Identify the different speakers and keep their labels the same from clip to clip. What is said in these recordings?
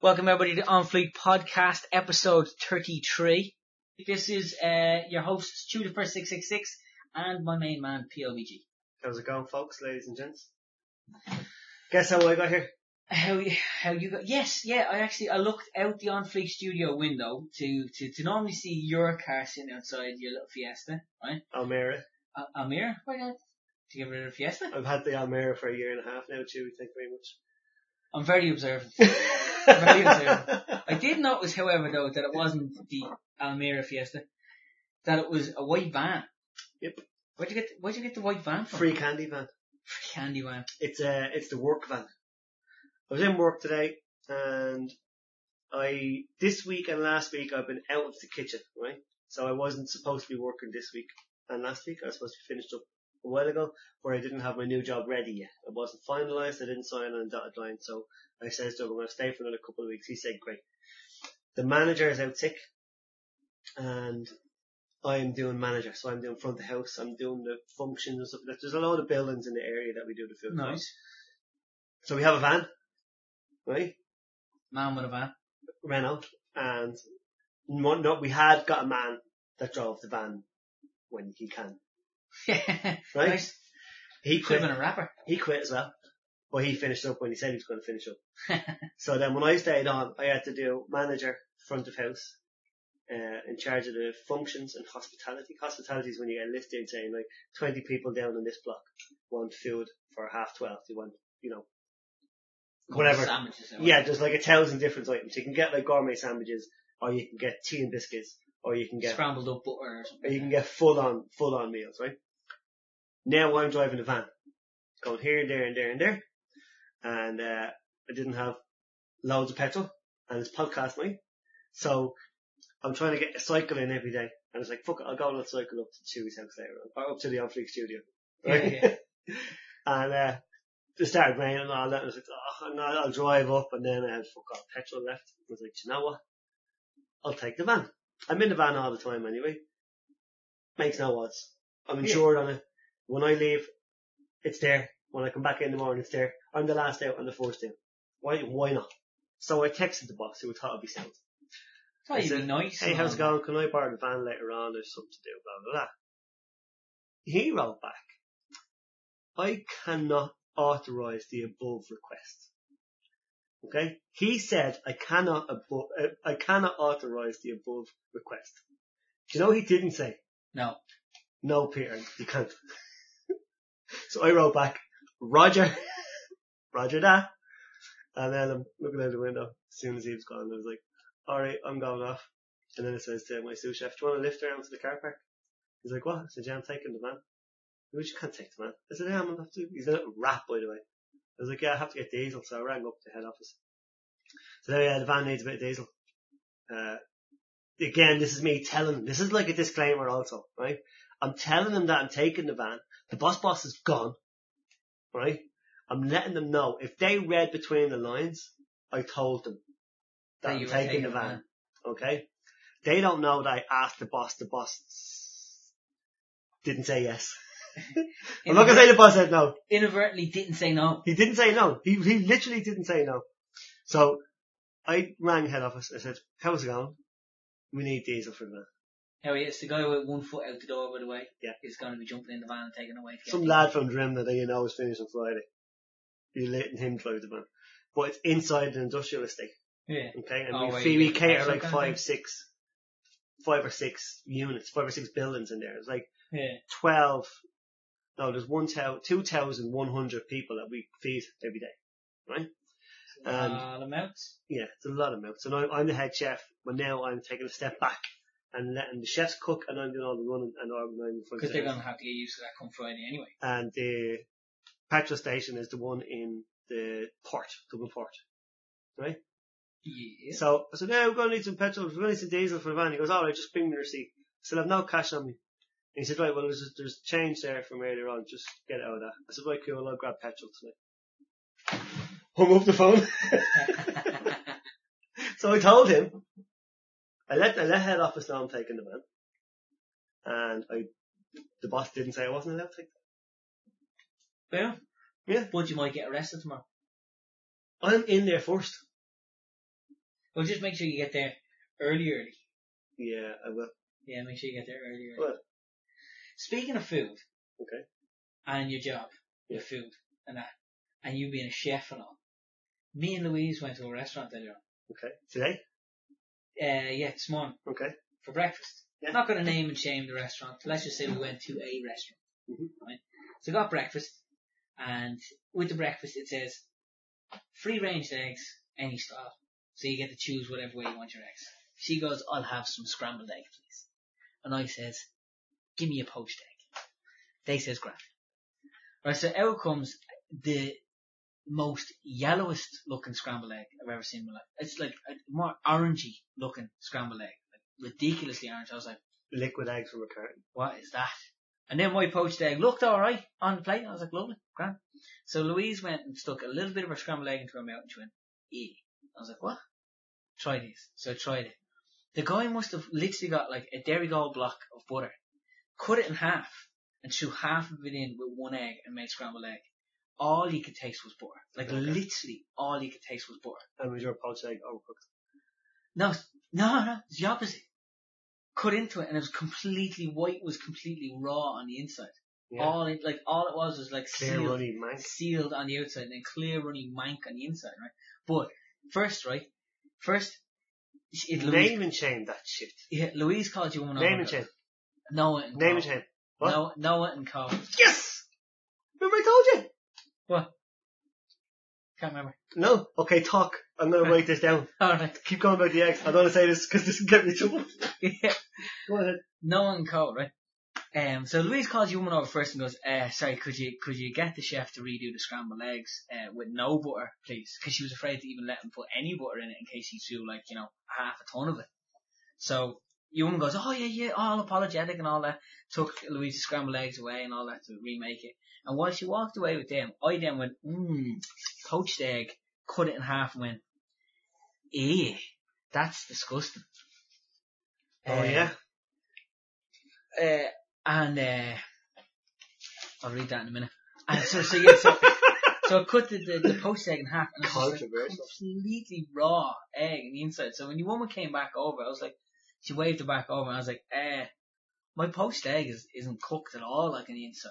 Speaker 1: Welcome everybody to On Fleet Podcast, episode 33. This is uh, your host, Stu the First 666, and my main man, POBG.
Speaker 2: How's it going, folks, ladies and gents? Guess how I got here?
Speaker 1: How you, how you got, yes, yeah, I actually, I looked out the On Fleet studio window to, to, to normally see your car sitting outside your little Fiesta, right?
Speaker 2: Almira.
Speaker 1: Uh, Amir, why not? To get rid of the Fiesta?
Speaker 2: I've had the Almira for a year and a half now, too. Thank you
Speaker 1: I'm very observant.
Speaker 2: very
Speaker 1: much. I did notice, however, though, that it wasn't the Almira Fiesta, that it was a white van.
Speaker 2: Yep.
Speaker 1: Where'd you get? Where'd you get the white van from?
Speaker 2: Free candy van.
Speaker 1: Free candy van.
Speaker 2: It's uh, it's the work van. I was in work today, and I this week and last week I've been out of the kitchen, right? So I wasn't supposed to be working this week and last week. I was supposed to be finished up a while ago, where I didn't have my new job ready yet. It wasn't finalised. I didn't sign on a dotted line. So I says to him, "I'm going to stay for another couple of weeks." He said, "Great." The manager is out sick, and I am doing manager, so I'm doing front of house. I'm doing the functions and stuff. like that. There's a lot of buildings in the area that we do the food. for.
Speaker 1: Nice.
Speaker 2: So we have a van, right?
Speaker 1: Man with a van.
Speaker 2: Renault, and no, no, we had got a man that drove the van when he can. Right.
Speaker 1: Nice.
Speaker 2: He
Speaker 1: Could
Speaker 2: quit.
Speaker 1: have been a rapper.
Speaker 2: He quit as well. But he finished up when he said he was going to finish up. so then when I stayed on, I had to do manager, front of house, uh, in charge of the functions and hospitality. Hospitality is when you get a list in saying like 20 people down in this block want food for half 12. They want, you know,
Speaker 1: Couple of
Speaker 2: Whatever.
Speaker 1: Sandwiches. or
Speaker 2: yeah, there's like a thousand different items. You can get like gourmet sandwiches or you can get tea and biscuits or you can
Speaker 1: whatever.
Speaker 2: get
Speaker 1: Scrambled up butter or
Speaker 2: or
Speaker 1: something.
Speaker 2: you can get full on, full on meals, right? Now I'm driving a van, going here, there, and there, and there, and uh, I didn't have loads of petrol, and it's podcast night, so I'm trying to get a cycle in every day, and it's like fuck, it, I'll go on a cycle up to Chewy's house later, on, or up to the Onfleek studio, right?
Speaker 1: Yeah,
Speaker 2: and uh, it started raining and all that. And I was like, oh, and I'll, I'll drive up, and then I had fuck all petrol left. I was like, "Do you know what? I'll take the van. I'm in the van all the time anyway. Makes no odds. I'm
Speaker 1: Yeah.
Speaker 2: insured on it. When I leave, it's there. When I come back in the morning, it's there. I'm the last out and the first in. Why? Why not? So I texted the boss who thought it'd be sound.
Speaker 1: Thought you'd be nice.
Speaker 2: Hey,
Speaker 1: and
Speaker 2: how's it
Speaker 1: all.
Speaker 2: going? Can I borrow the van later on? There's something to do, blah, blah, blah. He wrote back, I cannot authorize the above request. Okay? He said, I cannot abo- uh, I cannot authorize the above request. Do you know what he didn't say?
Speaker 1: No.
Speaker 2: No, Peter, you can't. so I wrote back, Roger, Roger that. And then I'm looking out the window as soon as he was gone. I was like, all right, I'm going off. And then it says to my sous chef, do you want to lift her out to the car park? He's like, what? I said, yeah, I'm taking the van. He goes, you can't take the van. I said, yeah, I'm going to have to. He's a little rat, by the way. I was like, yeah, I have to get diesel. So I rang up the head office. So there, yeah, the van needs a bit of diesel. Uh, again, this is me telling him. This is like a disclaimer also, right? I'm telling them that I'm taking the van. The bus boss is gone, right? I'm letting them know. If they read between the lines, I told them that,
Speaker 1: That
Speaker 2: I'm
Speaker 1: you were
Speaker 2: taking,
Speaker 1: taking
Speaker 2: the
Speaker 1: the
Speaker 2: van.
Speaker 1: van.
Speaker 2: Okay? They don't know that I asked the boss. The boss didn't say yes. I'm not gonna say the boss said no.
Speaker 1: Inadvertently didn't say no.
Speaker 2: He didn't say no. He he literally didn't say no. So I rang head office. I said, "How's it going? We need diesel for the van."
Speaker 1: How it's the guy with one foot out the door, by the way.
Speaker 2: Yeah.
Speaker 1: Is going to be jumping in the van and taking away. to get
Speaker 2: Some
Speaker 1: people.
Speaker 2: lad from Drimna that you know is finished on Friday. You're letting him drive the van, but it's inside an industrial estate.
Speaker 1: Yeah.
Speaker 2: Okay, and
Speaker 1: Oh,
Speaker 2: we,
Speaker 1: where
Speaker 2: fee,
Speaker 1: you
Speaker 2: we
Speaker 1: get the
Speaker 2: cater
Speaker 1: house
Speaker 2: like
Speaker 1: up and
Speaker 2: five,
Speaker 1: things?
Speaker 2: six, five or six units, five or six buildings in there. It's like
Speaker 1: Yeah.
Speaker 2: twelve. No, there's one thou- two thousand one hundred people that we feed every day. Um,
Speaker 1: All amounts.
Speaker 2: Yeah, it's a lot of milk. So now I'm the head chef, but now I'm taking a step back and letting the chefs cook, and I'm doing all the running and organising for
Speaker 1: Because
Speaker 2: the
Speaker 1: they're
Speaker 2: house.
Speaker 1: going to have to get used to that come Friday anyway.
Speaker 2: And the petrol station is the one in the port, Dublin port.
Speaker 1: Yeah.
Speaker 2: So I said, "No, we're going to need some petrol. We're going to need some diesel for the van." He goes, "All right, just bring me the receipt." I said, "I've no cash on me." And he said, "Right, well, there's there's change there from earlier on. Just get it out of that." I said, "Right, cool. I'll grab petrol tonight." Hung up the phone. So I told him, I let I let head office know I'm taking the van, and I the boss didn't say I wasn't allowed to take.
Speaker 1: well,
Speaker 2: Yeah.
Speaker 1: But you might get arrested tomorrow.
Speaker 2: I'm in there first.
Speaker 1: Well, just make sure you get there early, early.
Speaker 2: Yeah, I will.
Speaker 1: Yeah, make sure you get there early, early.
Speaker 2: Well.
Speaker 1: Speaking of food.
Speaker 2: Okay.
Speaker 1: And your job, your
Speaker 2: Yeah.
Speaker 1: food, and that, and you being a chef and all. Me and Louise went to a restaurant earlier on.
Speaker 2: Okay. Today?
Speaker 1: Uh, yeah, this morning
Speaker 2: Okay.
Speaker 1: for breakfast.
Speaker 2: Yeah.
Speaker 1: Not going to name and shame the restaurant. Let's just say we went to a restaurant.
Speaker 2: Mhm.
Speaker 1: Right? So got breakfast, and with the breakfast it says free range eggs, any style. So you get to choose whatever way you want your eggs. She goes, I'll have some scrambled egg, please. And I says, give me a poached egg. They says, grand. Right, so out comes the most yellowest looking scrambled egg I've ever seen in my life. It's like a more orangey looking scrambled egg. Like ridiculously orange. I was like,
Speaker 2: Liquid eggs from a carton.
Speaker 1: what is that? And then my poached egg looked alright on the plate. I was like, lovely, grand. So Louise went and stuck a little bit of her scrambled egg into her mouth and she went, eat. I was like, what? Try these. So I tried it. The guy must have literally got like a dairy gold block of butter, cut it in half, and threw half of it in with one egg and made scrambled egg. All you could taste was butter. Like
Speaker 2: Okay.
Speaker 1: literally all you could taste was butter.
Speaker 2: And was your poached egg overcooked?
Speaker 1: No, no, no, it's the opposite. Cut into it and it was completely white, was completely raw on the inside.
Speaker 2: Yeah.
Speaker 1: All it, like all it was was like
Speaker 2: Clear
Speaker 1: sealed,
Speaker 2: runny mank.
Speaker 1: sealed on the outside and then clear running mank on the inside, right? But first, right, first, sh- it, Louise,
Speaker 2: Name and shame that shit.
Speaker 1: yeah, Louise called you one
Speaker 2: Name and shame.
Speaker 1: Noah and
Speaker 2: Name and
Speaker 1: Carl.
Speaker 2: shame. What?
Speaker 1: Noah, Noah and Carl.
Speaker 2: Yes! Remember I told you?
Speaker 1: Can't remember.
Speaker 2: No. Okay, talk. I'm gonna write this down.
Speaker 1: Alright.
Speaker 2: Keep going about the eggs. I don't wanna say this because this will get me in trouble.
Speaker 1: Yeah.
Speaker 2: Go ahead.
Speaker 1: No one called, right? Um, so Louise calls you woman over first and goes, uh, sorry, could you, could you get the chef to redo the scrambled eggs, uh, with no butter, please? Cause she was afraid to even let him put any butter in it in case he threw like, you know, half a ton of it. So your woman goes, oh yeah, yeah, all apologetic and all that. Took Louise's scrambled eggs away and all that to remake it. And while she walked away with them, I then went, mmm, poached egg, cut it in half and went, eh, that's disgusting.
Speaker 2: Oh
Speaker 1: Um,
Speaker 2: yeah.
Speaker 1: uh, and uh, I'll read that in a minute. And so, so yeah, so, so I cut the, the, the post egg in half, and it was just like
Speaker 2: Controversial.
Speaker 1: completely raw egg on the inside. So when your woman came back over, I was like, she waved her back over, and I was like, eh, my poached egg is, isn't cooked at all, like on the inside.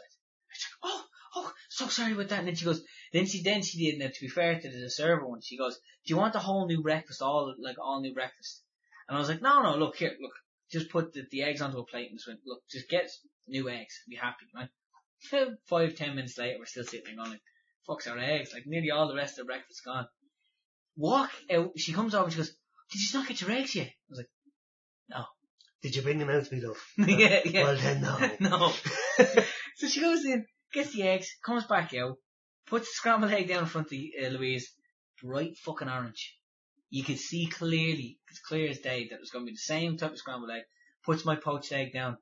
Speaker 1: She's like, oh, oh, so sorry about that. And then she goes, then she, then she did, now to be fair to the server one, she goes, do you want a whole new breakfast, all, like all new breakfast? And I was like, no, no, look here, look, just put the, the eggs onto a plate and just went, look, just get new eggs, be happy, right? Five, ten minutes later, we're still sitting there going, like, fuck's our eggs, like nearly all the rest of the breakfast gone. Walk out, she comes over and she goes, did you not get your eggs yet? I was like,
Speaker 2: Did you bring them out to me, love?
Speaker 1: yeah, yeah.
Speaker 2: Well then, no.
Speaker 1: no. so she goes in, gets the eggs, comes back out, puts the scrambled egg down in front of uh, Louise, bright fucking orange. You could see clearly, as clear as day, that it was going to be the same type of scrambled egg. Puts my poached egg down,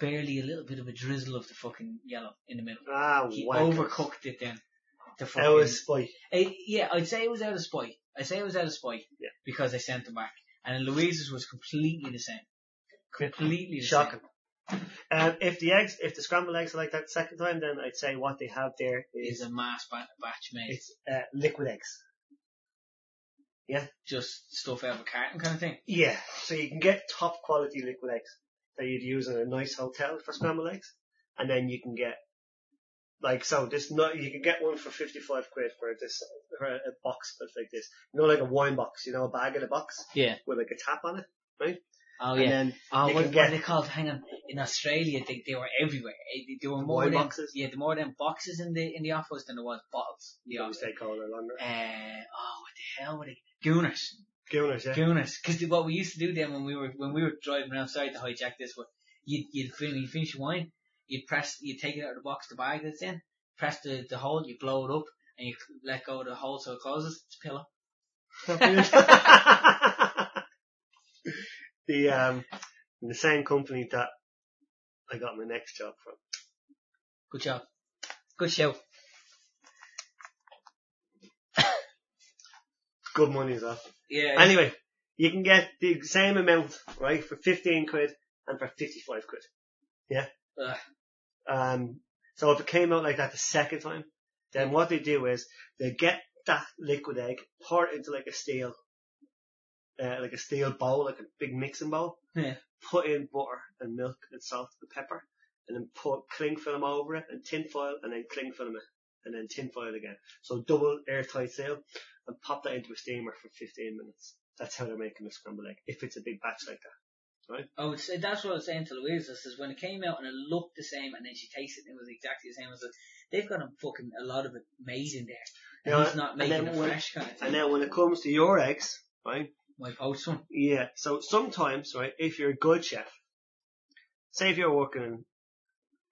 Speaker 1: barely a little bit of a drizzle of the fucking yellow in the middle.
Speaker 2: Ah,
Speaker 1: He
Speaker 2: wow.
Speaker 1: overcooked it then. The
Speaker 2: That was spite.
Speaker 1: Eh, yeah, I'd say it was out of spite. I'd say it was out of spite
Speaker 2: Yeah.
Speaker 1: because I sent them back. And Louise's was completely the same. Completely the
Speaker 2: Shocking.
Speaker 1: same.
Speaker 2: Um, if the eggs, if the scrambled eggs are like that second time, then I'd say what they have there
Speaker 1: Is
Speaker 2: is
Speaker 1: a mass ba- batch made.
Speaker 2: it's uh, liquid eggs.
Speaker 1: just stuff out of a carton kind of thing.
Speaker 2: Yeah, so you can get top quality liquid eggs that you'd use in a nice hotel for scrambled eggs, and then you can get like so this no you can get one for fifty five quid for this for a box that's like this, you know, like a wine box, you know, a bag in a box
Speaker 1: Yeah.
Speaker 2: with like a tap on it,
Speaker 1: Oh
Speaker 2: and
Speaker 1: yeah.
Speaker 2: then
Speaker 1: Oh,
Speaker 2: you
Speaker 1: what,
Speaker 2: can
Speaker 1: what are
Speaker 2: get-
Speaker 1: they called? Hang on. In Australia, they, they were everywhere. Eh, They, there were more
Speaker 2: Wine
Speaker 1: than
Speaker 2: boxes?
Speaker 1: Yeah, there were more than boxes in the in the office than there was bottles. in The
Speaker 2: you
Speaker 1: office.
Speaker 2: stay cold or longer.
Speaker 1: Uh, oh, what the hell were they? Gooners.
Speaker 2: Gooners, yeah.
Speaker 1: Gooners. Because what we used to do then when we were when we were driving around, sorry to hijack this, but you'd you'd finish, you'd finish your wine, you'd press, you'd take it out of the box, the bag that's in, press the the hole, you blow it up, and you let go of the hole so it closes. It's a pillow.
Speaker 2: the um the same company that I got my next job from.
Speaker 1: Good job. Good show.
Speaker 2: Good money as well.
Speaker 1: Yeah.
Speaker 2: Anyway, you can get the same amount, right, for 15 quid and for 55 quid. Yeah?
Speaker 1: Ugh.
Speaker 2: Um, so if it came out like that the second time, then what they do is they get that liquid egg, pour it into like a steel uh, like a steel bowl, like a big mixing bowl.
Speaker 1: Yeah.
Speaker 2: Put in butter and milk and salt and pepper, and then put cling film over it and tin foil, and then cling film it, and then tin foil again. So double airtight seal, and pop that into a steamer for 15 minutes. That's how they're making a scrambled egg. If it's a big batch like that,
Speaker 1: I would say that's what I was saying to Louise. I says when it came out and it looked the same, and then she tasted it, and it was exactly the same. I was like, they've got a fucking a lot of it made in there, and
Speaker 2: Yeah,
Speaker 1: he's not
Speaker 2: and
Speaker 1: making
Speaker 2: then
Speaker 1: it
Speaker 2: when-
Speaker 1: fresh kind of thing.
Speaker 2: and now when it comes to your eggs, right?
Speaker 1: My post one.
Speaker 2: Yeah. So sometimes, right, if you're a good chef, say if you're working in,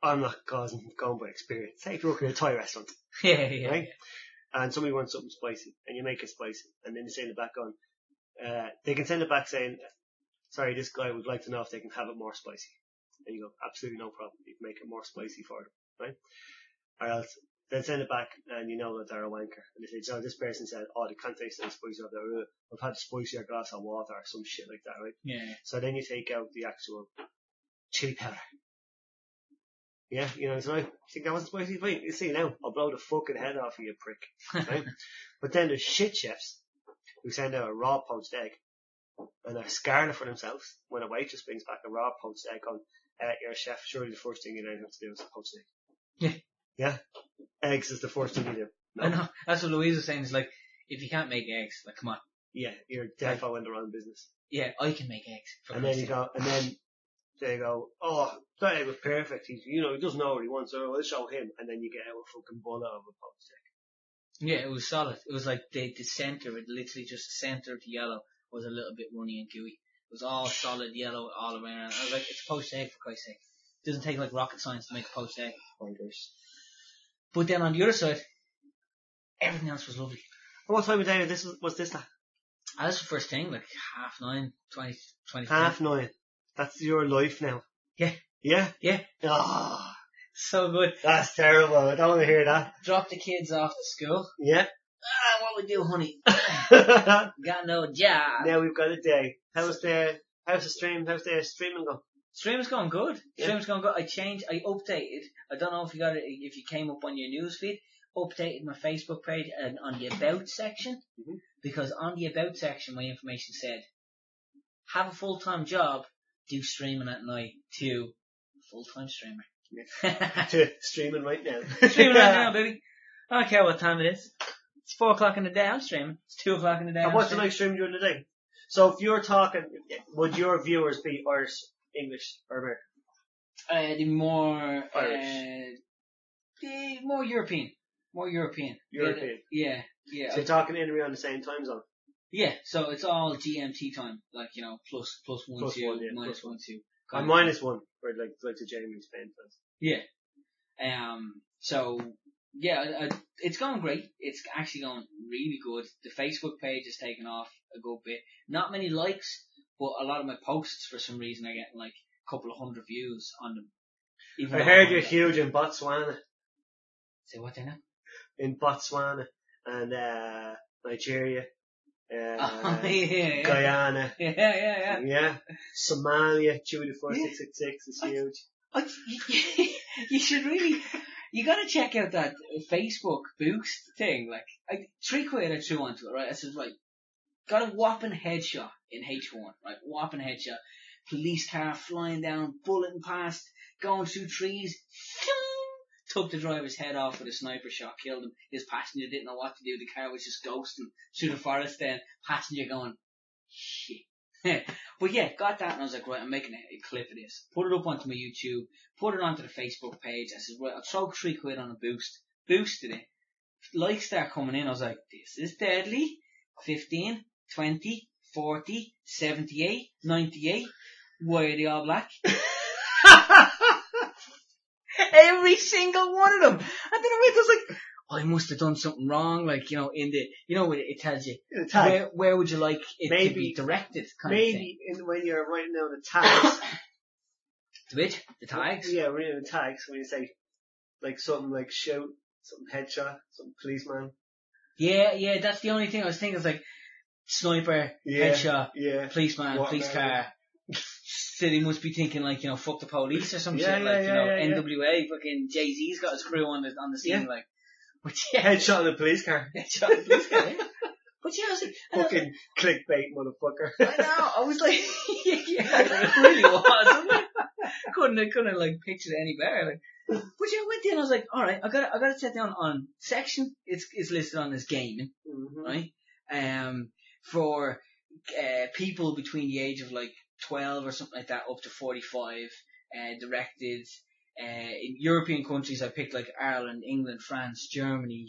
Speaker 2: I'm not causing going by experience. Say if you're working in a Thai restaurant
Speaker 1: yeah, yeah,
Speaker 2: Right? and somebody wants something spicy and you make it spicy and then you send it back on, uh, they can send it back saying, sorry, this guy would like to know if they can have it more spicy. And you go, absolutely no problem. You can make it more spicy for them, right? Or else they send it back and you know that they're a wanker. And they say, so this person said, oh, they can't taste any spicy or they're, uh, I've had a spicier glass of water or some shit like that, right?
Speaker 1: yeah, yeah.
Speaker 2: So then you take out the actual chili powder. Yeah, you know, so I think that wasn't spicy. Wait, you see now, I'll blow the fucking head off of you, prick. Right? but then there's shit chefs who send out a raw poached egg and are scarlet for themselves when a waitress brings back a raw poached egg on, uh, you're a chef, surely the first thing you learn how to do is poach an egg. Yeah. Yeah? Eggs is the first thing you do.
Speaker 1: I know. That's what Louise was saying. Is like, if you can't make eggs, like, come on.
Speaker 2: Yeah, you're defo in the wrong business.
Speaker 1: Yeah, I can make eggs. For
Speaker 2: And then
Speaker 1: Christ's
Speaker 2: you
Speaker 1: sake.
Speaker 2: go, and then they go, oh, that egg was perfect. He's, you know, he doesn't know what he wants. So let's show him. And then you get out a fucking bullet of a poached egg.
Speaker 1: Yeah, it was solid. It was like the the center, it literally just the center of the yellow was a little bit runny and gooey. It was all solid yellow all the way around. I was like, it's a poached egg for Christ's sake. It doesn't take like rocket science to make a poached egg.
Speaker 2: Bonkers.
Speaker 1: But then on the other side, everything else was lovely.
Speaker 2: And what time of day was this? Was this at?
Speaker 1: And that's the first thing, like half nine, twenty, twenty.
Speaker 2: Half nine. That's your life now.
Speaker 1: Yeah.
Speaker 2: Yeah?
Speaker 1: Yeah.
Speaker 2: Ah,
Speaker 1: So good.
Speaker 2: that's terrible. I don't want to hear that.
Speaker 1: Drop the kids off at school.
Speaker 2: Yeah.
Speaker 1: Ah, what we do, honey? Got no job.
Speaker 2: now we've got a day. How's the, how's the stream, how's the streaming going?
Speaker 1: Stream's going good.
Speaker 2: Yeah.
Speaker 1: Stream's going good. I changed, I updated. I don't know if you got it, if you came up on your newsfeed. Updated my Facebook page and on the about section
Speaker 2: Mhm.
Speaker 1: because on the about section my information said, have a full time job, do streaming at night to full time streamer.
Speaker 2: to streaming right now.
Speaker 1: streaming right now, baby. I don't care what time it is. It's four o'clock in the day. I'm streaming. It's two o'clock in the day.
Speaker 2: And
Speaker 1: I'm
Speaker 2: what's the
Speaker 1: streaming.
Speaker 2: nice stream during the day? So if you're talking, would your viewers be Irish, English, or American?
Speaker 1: Uh, the more
Speaker 2: Irish.
Speaker 1: Uh, the more European, more European.
Speaker 2: European.
Speaker 1: Yeah, yeah,
Speaker 2: So you're talking in and around the same time zone.
Speaker 1: yeah. So it's all GMT time, like you know, plus plus one
Speaker 2: Plus
Speaker 1: two,
Speaker 2: one, yeah,
Speaker 1: minus
Speaker 2: plus
Speaker 1: one two.
Speaker 2: And
Speaker 1: kind of-
Speaker 2: minus one, for like like the Jamie's fan fans.
Speaker 1: Yeah. Um. So yeah, I, I- it's going great. It's actually going really good. The Facebook page has taken off a good bit. Not many likes, but a lot of my posts for some reason I get like a couple of hundred views on them. Even
Speaker 2: I
Speaker 1: though
Speaker 2: heard
Speaker 1: I'm
Speaker 2: you're
Speaker 1: not-
Speaker 2: huge in Botswana,
Speaker 1: Say what they now?
Speaker 2: in Botswana, and uh, Nigeria, uh,
Speaker 1: Oh, yeah, yeah, yeah,
Speaker 2: Guyana,
Speaker 1: yeah, yeah, yeah.
Speaker 2: yeah, Somalia. Chewy the four six six six is huge.
Speaker 1: Oh, you, you should really, you gotta check out that Facebook boost thing. Like, I, three quid I threw onto it, right? I said, right, got a whopping headshot in H1, right? Whopping headshot. Police car flying down, bulleting past, going through trees. Took the driver's head off with a sniper shot, killed him. His passenger didn't know what to do. The car was just ghosting through the forest then. Passenger going, shit. but yeah, got that and I was like, right, I'm making a, a clip of this. Put it up onto my YouTube put it onto the Facebook page. I said, well, I'll throw three quid on a boost. Boosted it. Likes start coming in. I was like, this is deadly. 15, 20, 40, 78, 98. Why are they all black? Every single one of them. And then I went, I was like, I must have done something wrong. Like, you know, in the, you know, it, it tells you,
Speaker 2: The tag.
Speaker 1: where, where would you like it to
Speaker 2: Maybe-
Speaker 1: be directed? Kind of thing.
Speaker 2: Maybe in, when you're writing down the tags.
Speaker 1: The which? The tags?
Speaker 2: Yeah, when you're in the tags, when you say like something like shout, something headshot, something policeman.
Speaker 1: Yeah, yeah, that's the only thing I was thinking. It's like, sniper,
Speaker 2: Yeah.
Speaker 1: headshot,
Speaker 2: Yeah.
Speaker 1: policeman,
Speaker 2: What
Speaker 1: police
Speaker 2: about
Speaker 1: car. City must be thinking like, you know, fuck the police or some
Speaker 2: Yeah,
Speaker 1: shit.
Speaker 2: yeah,
Speaker 1: Like,
Speaker 2: yeah, yeah,
Speaker 1: you
Speaker 2: yeah.
Speaker 1: know, NWA, fucking Jay-Z's got his crew on the, on the scene,
Speaker 2: Yeah.
Speaker 1: like, which, yeah.
Speaker 2: Headshot in a police car.
Speaker 1: Headshot police car, yeah. But yeah, I was like, and I was
Speaker 2: Fucking clickbait, motherfucker.
Speaker 1: I know. I was like, yeah, it really was. I'm like, couldn't I couldn't like picture it any better. Like, but yeah, I went in. I was like, all right, I got to I got to set down on section. It's it's listed on as gaming,
Speaker 2: Mhm.
Speaker 1: right? Um, for uh, people between the age of like 12 or something like that up to 45, uh, directed. Uh, in European countries, I picked like Ireland, England, France, Germany,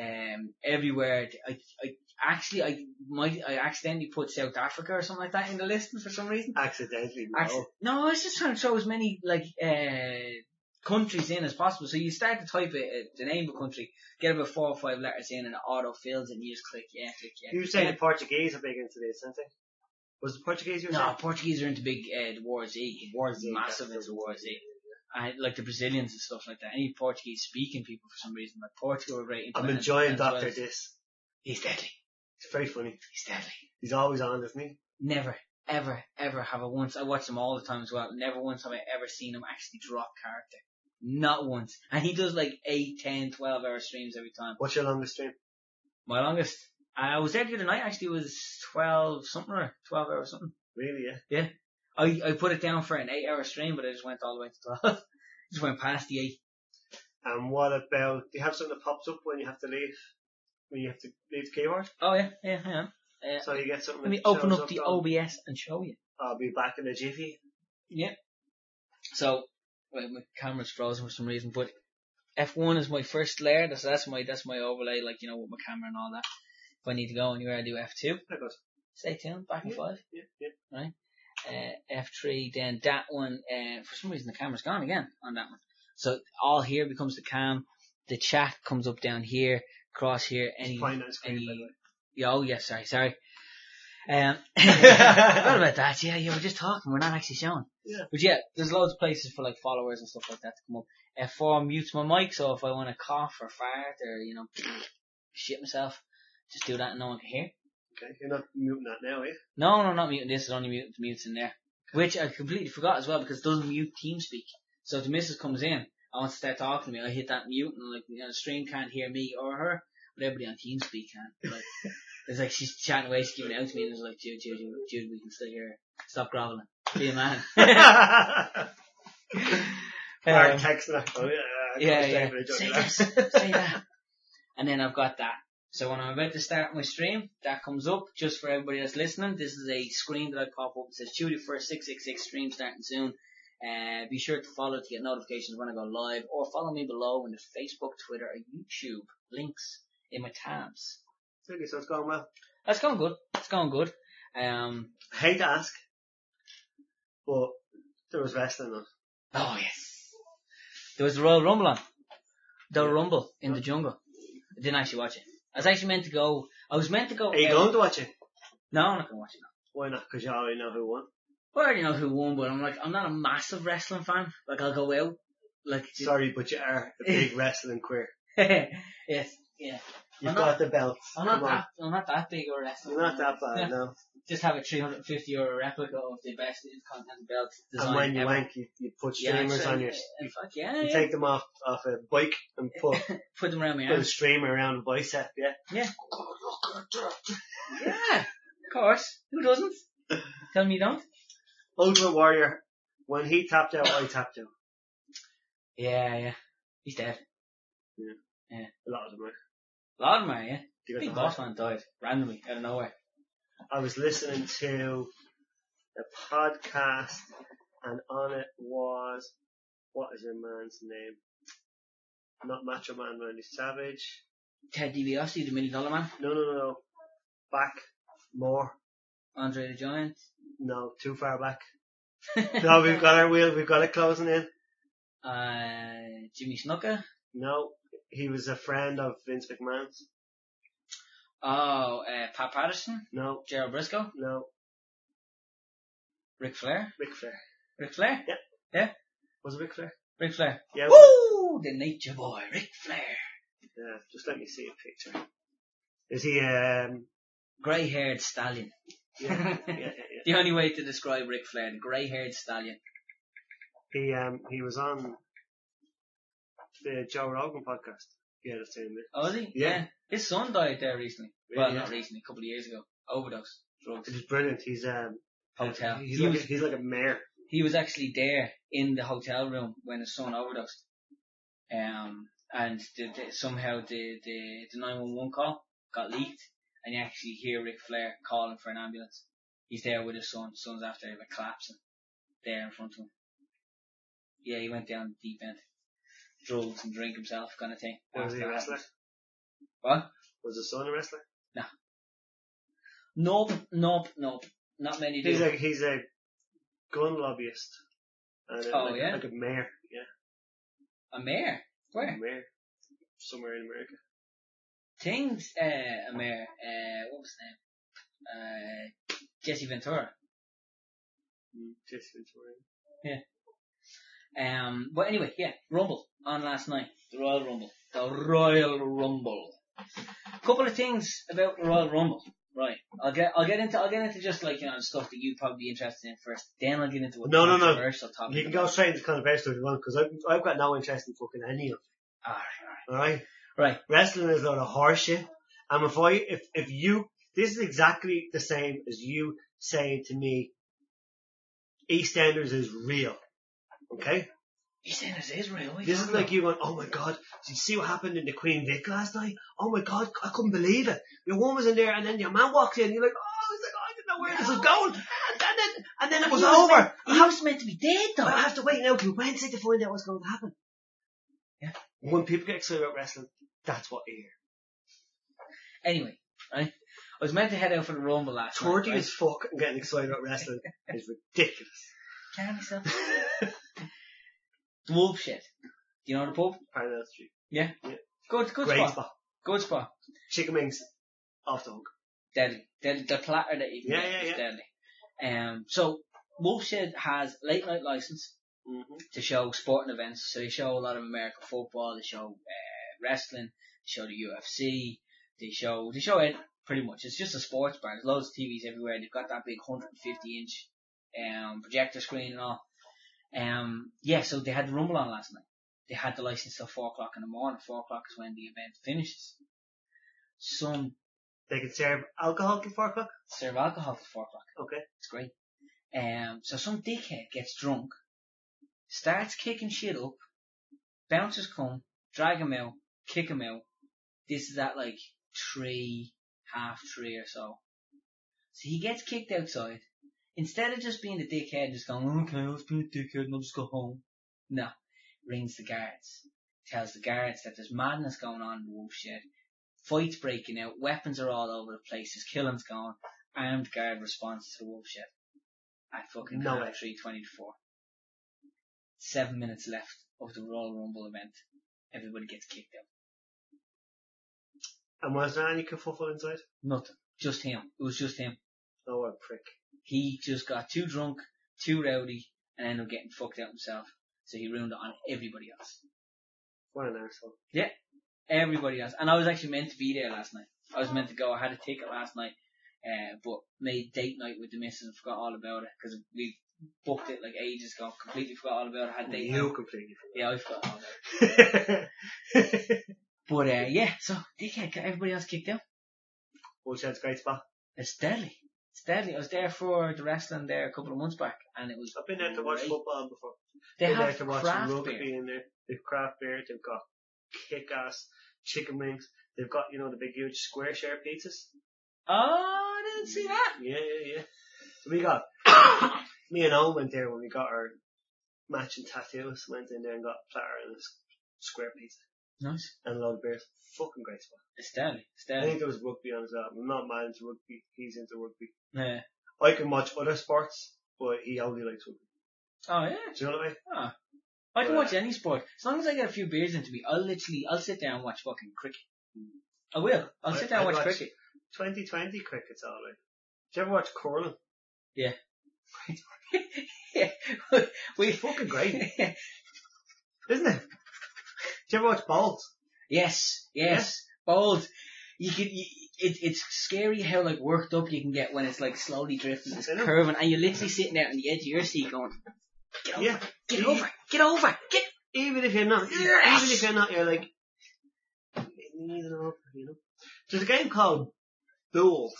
Speaker 1: um, everywhere. I, I actually, I might, I accidentally put South Africa or something like that in the list for some reason.
Speaker 2: Accidentally, no.
Speaker 1: Acc- no, I was just trying to throw as many like uh, countries in as possible. So you start to type it, uh, the name of a country, get about four or five letters in, and it auto fills, and you just click yeah, click yeah.
Speaker 2: you were
Speaker 1: click,
Speaker 2: saying
Speaker 1: yeah.
Speaker 2: the Portuguese are big into this, aren't they? Was the Portuguese you were
Speaker 1: No,
Speaker 2: saying?
Speaker 1: Portuguese are into big uh, the War Z.
Speaker 2: War Z,
Speaker 1: massive
Speaker 2: that's
Speaker 1: into
Speaker 2: the-
Speaker 1: War Z. I like the Brazilians and stuff like that. Any Portuguese speaking people for some reason, like Portugal are great. into
Speaker 2: I'm
Speaker 1: that
Speaker 2: enjoying
Speaker 1: as well.
Speaker 2: Doctor Dis.
Speaker 1: He's deadly.
Speaker 2: It's very funny.
Speaker 1: He's deadly.
Speaker 2: He's always on, isn't he?
Speaker 1: Never, ever, ever have I once. I watch him all the time as well. Never once have I ever seen him actually drop character. Not once. And he does like eight, ten, twelve hour streams every time.
Speaker 2: What's your longest stream?
Speaker 1: My longest. I was there the other night actually was 12 something or 12 hour something.
Speaker 2: Really, yeah.
Speaker 1: I, I put it down for an 8 hour stream but I just went all the way to 12. just went past the 8.
Speaker 2: And what about, do you have something that pops up when you have to leave? When you have to leave the keyboard?
Speaker 1: Oh yeah, yeah, yeah. Yeah.
Speaker 2: So you get something
Speaker 1: Let me
Speaker 2: that
Speaker 1: open
Speaker 2: shows
Speaker 1: up the
Speaker 2: on-
Speaker 1: OBS and show you.
Speaker 2: I'll be back in a jiffy.
Speaker 1: So, well, my camera's frozen for some reason, but F1 is my first layer. That's that's my that's my overlay, like you know, with my camera and all that. If I need to go anywhere, I do F2.
Speaker 2: That goes,
Speaker 1: Stay tuned, back and forth.
Speaker 2: yeah, yeah.
Speaker 1: Uh, F3, then that one. Uh, for some reason, the camera's gone again on that one. So all here becomes the cam. The chat comes up down here, across here. Any,
Speaker 2: It's fine on screen, by the
Speaker 1: any-
Speaker 2: way.
Speaker 1: yeah, oh yeah, sorry, sorry. Um, what about that? Yeah, yeah, we're just talking. We're not actually showing.
Speaker 2: Yeah.
Speaker 1: But yeah, there's loads of places for like followers and stuff like that to come up. Uh, F4 mutes my mic, so if I want to cough or fart or you know shit myself, just do that and no one can hear.
Speaker 2: Okay, you're not muting that now, eh?
Speaker 1: No, no, not muting this. It's only muting the mutes in there, which I completely forgot as well because it doesn't mute TeamSpeak. So if the missus comes in, I want to start talking to me. I hit that mute and like you know, the stream can't hear me or her, but everybody on TeamSpeak can. Like, it's like she's chatting away, she's giving it out to me, and it's like, Jude, Jude, Jude, Jude, we can still hear. her. Stop groveling. Be a man.
Speaker 2: Or
Speaker 1: Um,
Speaker 2: text that. Oh, yeah,
Speaker 1: yeah,
Speaker 2: I
Speaker 1: yeah.
Speaker 2: can't stay
Speaker 1: Say
Speaker 2: for the
Speaker 1: this, say that. And then I've got that. So when I'm about to start my stream, that comes up just for everybody that's listening. This is a screen that I pop up. It says Tuesday first 666 stream starting soon. Uh, be sure to follow to get notifications when I go live or follow me below in the Facebook, Twitter, or YouTube links in my tabs.
Speaker 2: Okay, so it's going well.
Speaker 1: That's going good. It's going good. Um,
Speaker 2: I hate to ask, but there was wrestling on.
Speaker 1: oh yes. There was the Royal Rumble on. The
Speaker 2: Yeah.
Speaker 1: Rumble in the jungle. I didn't actually watch it. I was actually meant to go, I was meant to go.
Speaker 2: Are you
Speaker 1: out-
Speaker 2: going to watch it?
Speaker 1: No, I'm not gonna watch it. now.
Speaker 2: Why not? Because you already know who won.
Speaker 1: Well, I already know who won, but I'm like, I'm not a massive wrestling fan. Like, I'll go out, like,
Speaker 2: Sorry, but you are a big wrestling queer.
Speaker 1: yes, yeah.
Speaker 2: You've
Speaker 1: I'm not-
Speaker 2: got the belt.
Speaker 1: I'm not
Speaker 2: Come on.
Speaker 1: that, I'm not that big a wrestler.
Speaker 2: You're not that bad,
Speaker 1: Yeah.
Speaker 2: no.
Speaker 1: Just have a 350 euro replica of the best Intercontinental belt
Speaker 2: And when
Speaker 1: design
Speaker 2: you
Speaker 1: ever.
Speaker 2: wank, you, you put streamers
Speaker 1: actually,
Speaker 2: on your,
Speaker 1: and fuck yeah,
Speaker 2: you
Speaker 1: yeah.
Speaker 2: take them off, off a bike and put,
Speaker 1: Put them around my
Speaker 2: put a
Speaker 1: arms.
Speaker 2: streamer around a bicep, yeah?
Speaker 1: Yeah.
Speaker 2: Oh, look at that.
Speaker 1: yeah, of course. Who doesn't? Tell me you don't.
Speaker 2: Ultimate Warrior, when he tapped out, I tapped out.
Speaker 1: Yeah, yeah. He's dead.
Speaker 2: A lot of them are.
Speaker 1: Lodmar, yeah.
Speaker 2: You got
Speaker 1: Big
Speaker 2: the
Speaker 1: boss man died randomly out of nowhere.
Speaker 2: I was listening to a podcast and on it was, what is your man's name? Not Macho Man Randy Savage.
Speaker 1: Ted DiBiase, the Million Dollar Man.
Speaker 2: No, no, no, no. Back. More.
Speaker 1: Andre the Giant.
Speaker 2: No, too far back. No, we've got our wheel. We've got it closing in.
Speaker 1: Uh, Jimmy Snooker.
Speaker 2: No, he was a friend of Vince McMahon's.
Speaker 1: Oh, uh, Pat Patterson.
Speaker 2: No,
Speaker 1: Gerald Briscoe.
Speaker 2: no,
Speaker 1: Ric Flair.
Speaker 2: Ric Flair.
Speaker 1: Ric Flair.
Speaker 2: Was it Ric Flair?
Speaker 1: Ric Flair.
Speaker 2: Yeah. it was.
Speaker 1: Woo! The nature boy, Ric Flair.
Speaker 2: Yeah, just let me see a picture. Is he, um,
Speaker 1: Grey haired stallion.
Speaker 2: yeah, yeah, yeah, yeah.
Speaker 1: The only way to describe Ric Flair, the grey haired stallion.
Speaker 2: He, um, he was on the Joe Rogan podcast. Yeah, the same bit.
Speaker 1: Oh, is he?
Speaker 2: Yeah.
Speaker 1: His son died there recently.
Speaker 2: Yeah,
Speaker 1: well,
Speaker 2: yeah.
Speaker 1: not recently, a couple of years ago. Overdose. Drugs.
Speaker 2: It is brilliant. He's um
Speaker 1: Hotel.
Speaker 2: He's
Speaker 1: Oh, He
Speaker 2: like,
Speaker 1: was-
Speaker 2: a, he's like a mayor.
Speaker 1: He was actually there in the hotel room when his son overdosed. Um, and the, the, somehow the, the, the 911 call got leaked and you actually hear Ric Flair calling for an ambulance. He's there with his son. Son's after him, like, collapsing there in front of him. Yeah, he went down deep end. Drugs and drink himself kind of thing.
Speaker 2: Was he a
Speaker 1: After that.
Speaker 2: wrestler?
Speaker 1: What?
Speaker 2: Was his son a wrestler?
Speaker 1: Nope, nope, nope. Not many do.
Speaker 2: He's like he's a gun lobbyist. And uh,
Speaker 1: Oh,
Speaker 2: like,
Speaker 1: yeah?
Speaker 2: like a mayor. Yeah,
Speaker 1: a mayor. Where?
Speaker 2: mayor somewhere in America.
Speaker 1: Things, uh, a mayor. Uh, what was his name? Uh, Jesse Ventura.
Speaker 2: Mm, just in Toronto.
Speaker 1: Um, but anyway, yeah, Rumble on last night. The Royal Rumble. The Royal Rumble. Couple of things about the Royal Rumble. Right. I'll get, I'll get into, I'll get into just like, you know, stuff that you'd probably be interested in first. Then I'll get into a
Speaker 2: No, no, no.
Speaker 1: controversial topic.
Speaker 2: You can go straight into controversial if you want, because I've, I've got no interest in fucking any of
Speaker 1: Alright,
Speaker 2: it. Alright?
Speaker 1: alright. Right.
Speaker 2: Wrestling is a load of horseshit. And if I, if, if you, this is exactly the same as you saying to me, EastEnders is real. Okay?
Speaker 1: He's saying it's Israel. what are you
Speaker 2: This is
Speaker 1: talking
Speaker 2: like
Speaker 1: about?
Speaker 2: you going, oh my god, did you see what happened in the Queen Vic last night? Oh my god, I couldn't believe it. Your woman was in there and then your man walks in and you're like, oh, it's like, I didn't know where this was going. And then, and then it was
Speaker 1: He was
Speaker 2: over.
Speaker 1: meant- He was meant to be dead though.
Speaker 2: I have to wait now till Wednesday to find out what's going to happen.
Speaker 1: Yeah.
Speaker 2: When people get excited about wrestling, that's what they hear.
Speaker 1: Anyway, right? I was meant to head out for the Rumble last night.
Speaker 2: Torty
Speaker 1: right?
Speaker 2: as fuck and getting excited about wrestling is ridiculous.
Speaker 1: Calm yourself. Dwarf shit. Do you know the pub?
Speaker 2: Parallel Street.
Speaker 1: Good, good
Speaker 2: Great
Speaker 1: spot.
Speaker 2: spot.
Speaker 1: Good spot.
Speaker 2: Chicken wings off the hook.
Speaker 1: Deadly. Deadly. The platter that you can
Speaker 2: Yeah,
Speaker 1: get
Speaker 2: yeah,
Speaker 1: is deadly. Um, so Wolfshed has late night license
Speaker 2: Mm-hmm.
Speaker 1: to show sporting events. So they show a lot of American football. They show uh, wrestling. They show the UFC. They show they show it pretty much. It's just a sports bar. There's loads of TVs everywhere. They've got that big 150 inch um, projector screen and all. Um, yeah, so they had the Rumble on last night. They had the license till four o'clock in the morning. Four o'clock is when the event finishes. Some
Speaker 2: They can serve alcohol till 4 o'clock.
Speaker 1: serve alcohol till four o'clock.
Speaker 2: Okay.
Speaker 1: It's great. Um, so some dickhead gets drunk, starts kicking shit up, bouncers come, drag him out, kick him out. This is at like three, half three or so. So he gets kicked outside. Instead of just being the dickhead and just going, okay, I was being a dickhead and I'll just go home. No. Rings the guards. Tells the guards that there's madness going on in the wolf shed. Fights breaking out, weapons are all over the place, there's killings going armed guard response to the wolf ship at fucking
Speaker 2: No
Speaker 1: no
Speaker 2: way.
Speaker 1: three twenty to four. Seven minutes left of the Royal Rumble event. Everybody gets kicked out.
Speaker 2: And was there any kerfuffle inside?
Speaker 1: Nothing. Just him. It was just him.
Speaker 2: Oh, what a prick.
Speaker 1: He just got too drunk, too rowdy, and ended up getting fucked out himself. So he ruined it on everybody else.
Speaker 2: What an arsehole.
Speaker 1: Everybody else. And I was actually meant to be there last night. I was meant to go. I had a ticket last night, uh, but made date night with the missus and forgot all about it because we booked it like ages ago. Completely forgot all about it. had date night.
Speaker 2: You completely.
Speaker 1: Yeah, I forgot all about it.
Speaker 2: well,
Speaker 1: But uh, yeah, so dickhead got everybody else kicked out.
Speaker 2: that's a great spot.
Speaker 1: It's deadly. It's deadly. I was there for the wrestling there a couple of months back, and it was.
Speaker 2: I've been there to watch
Speaker 1: great.
Speaker 2: football before.
Speaker 1: They
Speaker 2: Been
Speaker 1: have
Speaker 2: there to watch
Speaker 1: craft
Speaker 2: rugby
Speaker 1: beer.
Speaker 2: in there. They've craft beer. They've got kick-ass chicken wings. They've got you know the big huge square share pizzas.
Speaker 1: Oh, I didn't see that.
Speaker 2: Yeah, yeah, yeah. So we got me and Owen went there when we got our matching tattoos. Went in there and got a platter and a s- square pizza
Speaker 1: Nice.
Speaker 2: and a lot of beers. Fucking great spot.
Speaker 1: It's deadly. It's
Speaker 2: I think
Speaker 1: deadly.
Speaker 2: there was rugby on as well. I'm not mad into rugby. He's into rugby.
Speaker 1: Yeah.
Speaker 2: I can watch other sports, but he only likes rugby.
Speaker 1: Oh yeah.
Speaker 2: Do you know what I mean?
Speaker 1: I can
Speaker 2: Right.
Speaker 1: watch any sport as long as I get a few beers into me. I'll literally, I'll sit down and watch fucking cricket. I will. I'll
Speaker 2: I-
Speaker 1: sit down and
Speaker 2: I'd
Speaker 1: watch,
Speaker 2: watch-
Speaker 1: cricket.
Speaker 2: 2020 cricket's alright. Did you ever watch curling?
Speaker 1: yeah. we
Speaker 2: fucking great, isn't it? Did you ever watch balls?
Speaker 1: Yes, yes, bold. You can. You, it, it's scary how like worked up you can get when it's like slowly drifting, it's
Speaker 2: I know.
Speaker 1: curving, and you're literally sitting there on the edge of your seat going, "Get over,
Speaker 2: Yeah.
Speaker 1: get over, get over, get."
Speaker 2: Even if you're not,
Speaker 1: Yes!
Speaker 2: even if you're not, you're like, knees are up, you know. There's a game called Bulls.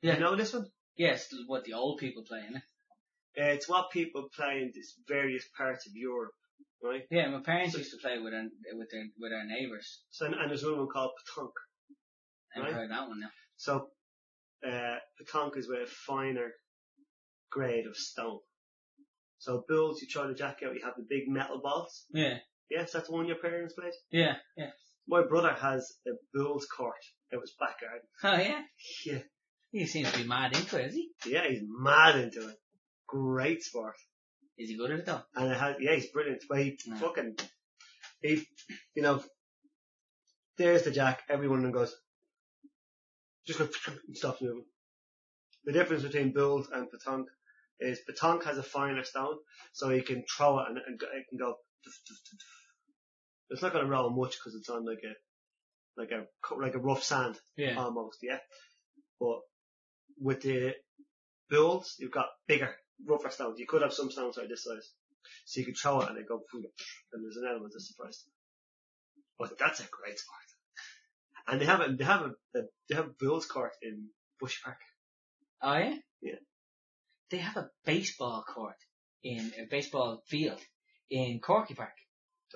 Speaker 1: Yeah.
Speaker 2: You know this one?
Speaker 1: Yes, this is what the old people play, innit?
Speaker 2: Uh, it's what people play in this various parts of Europe, right?
Speaker 1: Yeah, my parents used to play with our, with their, with our neighbours.
Speaker 2: So, and there's one called Petanque.
Speaker 1: I haven't
Speaker 2: Right.
Speaker 1: heard that one now.
Speaker 2: So, uh, Petanque is with a finer grade of stone. So Bulls, you try to jack out, you have the big metal balls.
Speaker 1: Yeah,
Speaker 2: Yes, that's the one your parents played.
Speaker 1: yeah, yeah.
Speaker 2: My brother has a Bulls court out his backyard.
Speaker 1: Oh yeah?
Speaker 2: Yeah.
Speaker 1: He seems to be mad into it, is he?
Speaker 2: Yeah, he's mad into it. Great sport.
Speaker 1: Is he good at it though?
Speaker 2: And it has, yeah, he's brilliant. But he
Speaker 1: Yeah.
Speaker 2: fucking, he, you know, there's the jack. Everyone goes, just goes, and stops moving. The difference between Bulls and Petanque is Petanque has a finer stone, so he can throw it and, and go- it can go. It's not going to roll much because it's on like a, like a, co- like a rough sand
Speaker 1: Yeah.
Speaker 2: almost, yeah. But with the builds, you've got bigger, rougher stones. You could have some stones that are this size. So you could throw it and it go boom, and there's an element of surprise. But that's a great sport. And they have a, they have a, a they have builds court in Bush Park.
Speaker 1: Oh yeah?
Speaker 2: Yeah.
Speaker 1: They have a baseball court in a baseball field in Corky Park,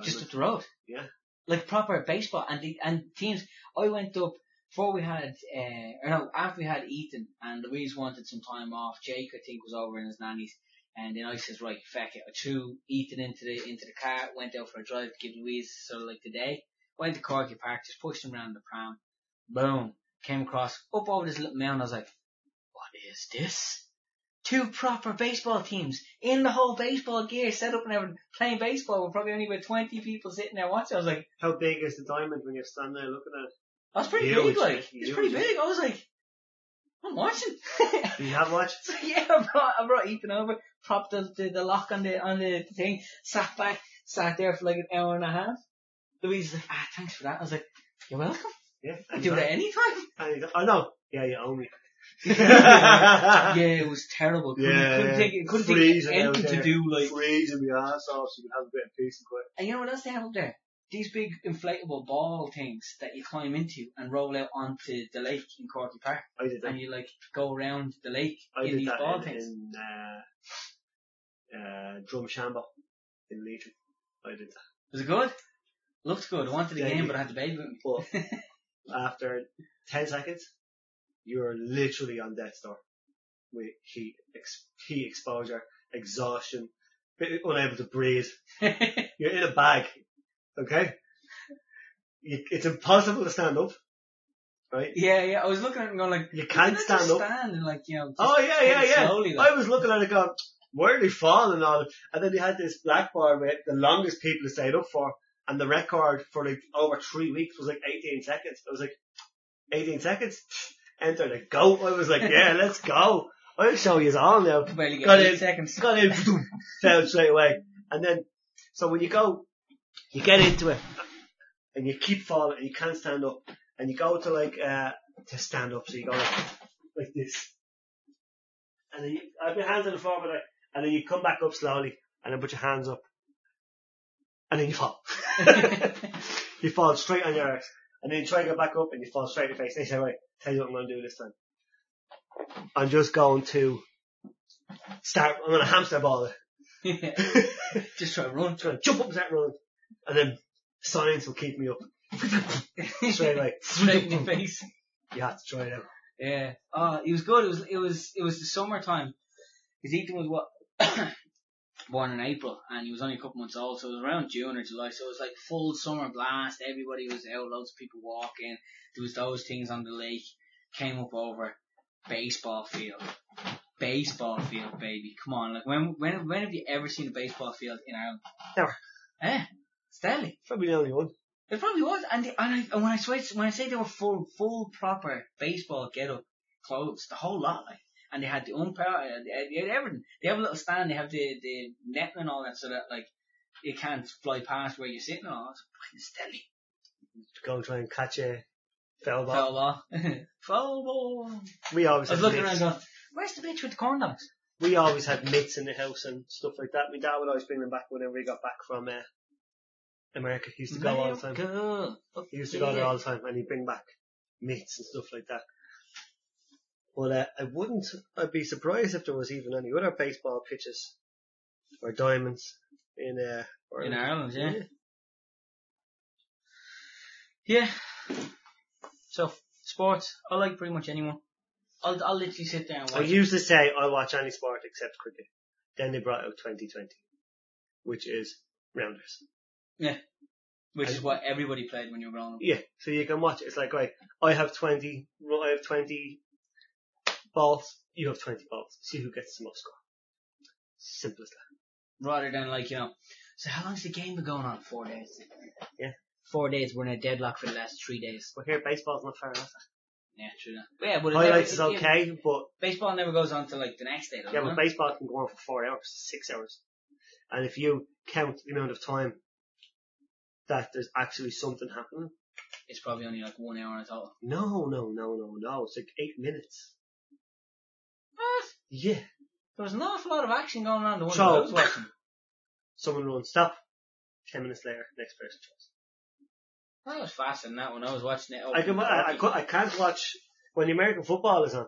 Speaker 1: just up the road.
Speaker 2: Yeah.
Speaker 1: Like proper baseball and the, and teams. I went up before we had uh or no after we had Ethan and Louise wanted some time off. Jake I think was over in his nanny's. And then I says, right, feck it. I threw Ethan into the, into the car, went out for a drive to give Louise sort of like the day. Went to Corky Park, just pushed him around the pram. Boom. Came across, up over this little mound. I was like, what is this? Two proper baseball teams in the whole baseball gear set up and everything playing baseball with probably only about 20 people sitting there watching. I was like,
Speaker 2: How big is the diamond when you're standing there looking at it?
Speaker 1: that's pretty
Speaker 2: Huge,
Speaker 1: big, like,
Speaker 2: huge.
Speaker 1: it's pretty big. I was like, I'm watching.
Speaker 2: Do you have watched?
Speaker 1: So yeah, I brought, I brought Ethan over, propped the, the, the lock on the, on the thing, sat back, sat there for like an hour and a half. Louise was like, ah, thanks for that. I was like, you're welcome.
Speaker 2: Yeah.
Speaker 1: I do it at any time.
Speaker 2: And he's- Oh no. Yeah, you own me.
Speaker 1: yeah, it was terrible. Couldn't,
Speaker 2: Ah. Yeah,
Speaker 1: couldn't
Speaker 2: yeah.
Speaker 1: take, it couldn't
Speaker 2: Freezing
Speaker 1: think
Speaker 2: out
Speaker 1: of anything to
Speaker 2: there.
Speaker 1: do, like,
Speaker 2: Freezing your ass off so you can have a bit of peace and quiet.
Speaker 1: And you know what else they have up there? These big inflatable ball things that you climb into and roll out onto the lake in Corky Park.
Speaker 2: I did that.
Speaker 1: And you like go around the lake
Speaker 2: I
Speaker 1: in
Speaker 2: did
Speaker 1: these
Speaker 2: that
Speaker 1: ball
Speaker 2: in,
Speaker 1: things.
Speaker 2: in uh, uh, Drumshambo in Legion. I did that.
Speaker 1: Was it good? Looked good. I wanted a
Speaker 2: Yeah,
Speaker 1: game,
Speaker 2: yeah.
Speaker 1: but I had the baby with me.
Speaker 2: But after 10 seconds, you're literally on death's door with heat, ex- heat exposure, exhaustion, bit unable to breathe. You're in a bag, okay? You, it's impossible to stand up, right?
Speaker 1: yeah, yeah. I was looking at it and going like,
Speaker 2: You
Speaker 1: can
Speaker 2: can't
Speaker 1: I
Speaker 2: stand
Speaker 1: just
Speaker 2: up.
Speaker 1: stand and like, you know, just
Speaker 2: Oh yeah, yeah,
Speaker 1: take it
Speaker 2: yeah.
Speaker 1: slowly, like.
Speaker 2: I was looking at it going, where are they falling on? And then they had this black bar with the longest people to stayed up for, and the record for like over three weeks was like 18 seconds. I was like, 18 seconds? Enter the goat. I was like, yeah, let's go. I'll show you all now.
Speaker 1: I could barely get
Speaker 2: Got
Speaker 1: eight
Speaker 2: it.
Speaker 1: seconds.
Speaker 2: Got in, fell straight away. And then, so when you go, you get into it, and you keep falling, and you can't stand up, and you go to like, uh, to stand up, so you go like, like this. And then you, I put hands on the floor, but I, and then you come back up slowly, and then put your hands up. And then you fall. you fall straight on your ass. And then you try to go back up, and you fall straight in the face. And you say, right, tell you what I'm going to do this time. I'm just going to start, I'm going to hamster ball it.
Speaker 1: just try to run.
Speaker 2: I'm going to jump up that road, and then science will keep me up straight away.
Speaker 1: Straight in the face.
Speaker 2: You have to try it out.
Speaker 1: Yeah. Uh, it was good. It was, it was, it was the summertime. His Ethan was what? born in April and he was only a couple months old. So it was around June or July. So it was like full summer blast. Everybody was out. Loads of people walking. There was those things on the lake. Came up over baseball field. Baseball field, baby. Come on. Like when, when, when have you ever seen a baseball field in Ireland?
Speaker 2: Never.
Speaker 1: Eh? It's deadly.
Speaker 2: Probably the only one.
Speaker 1: It probably was, and they, and, I, and when I swear, when I say they were full, full proper baseball get up clothes, the whole lot, like, and they had the umpire, uh, they they had everything. They have a little stand, they have the the net and all that, so that like you can't fly past where you're sitting and all. It's deadly.
Speaker 2: Go and try and catch a fell ball.
Speaker 1: Foul ball. Foul ball.
Speaker 2: We always
Speaker 1: I was
Speaker 2: had
Speaker 1: looking around
Speaker 2: mitts.
Speaker 1: going, where's the bitch with the corn dogs?
Speaker 2: We always had mitts in the house and stuff like that. My dad would always bring them back whenever we got back from uh, America. He used to go all the time.
Speaker 1: Cool.
Speaker 2: He used to go there all the time and he'd bring back meats and stuff like that. But uh, I wouldn't, I'd be surprised if there was even any other baseball pitches or diamonds in, uh, or
Speaker 1: In Ireland, yeah. Yeah. So, sports, I like pretty much anyone. I'll, I'll literally sit down and
Speaker 2: I
Speaker 1: watch.
Speaker 2: used to say I watch any sport except cricket. Then they brought out 2020, which is rounders.
Speaker 1: Which is what everybody played when you were growing up.
Speaker 2: Yeah, so you can watch it. It's like, right, I have 20, well, I have 20 balls, you have 20 balls. See who gets the most score. Simple as that.
Speaker 1: Rather than like, you know, so how long's the game been going on? Four days.
Speaker 2: Yeah.
Speaker 1: Four days. We're in a deadlock for the last three days.
Speaker 2: But here, baseball's not fair enough.
Speaker 1: Yeah, true that. But yeah, but it-
Speaker 2: Highlights
Speaker 1: it-
Speaker 2: is
Speaker 1: yeah, Uh-huh.
Speaker 2: okay, but
Speaker 1: baseball never goes on till like the next day, though.
Speaker 2: yeah,
Speaker 1: doesn't
Speaker 2: but
Speaker 1: it?
Speaker 2: baseball can go on for four hours, six hours. And if you count the amount of time that there's actually something happening,
Speaker 1: it's probably only like one hour in total.
Speaker 2: no, no, no, no, no, it's like eight minutes.
Speaker 1: What?
Speaker 2: Yeah.
Speaker 1: There was an awful lot of action going on in the one
Speaker 2: So-
Speaker 1: that I was watching.
Speaker 2: Someone runs stop. Ten minutes later, next person tries.
Speaker 1: That was faster than that when I was watching it.
Speaker 2: I can, I, I, cou- I can't watch when the American football is on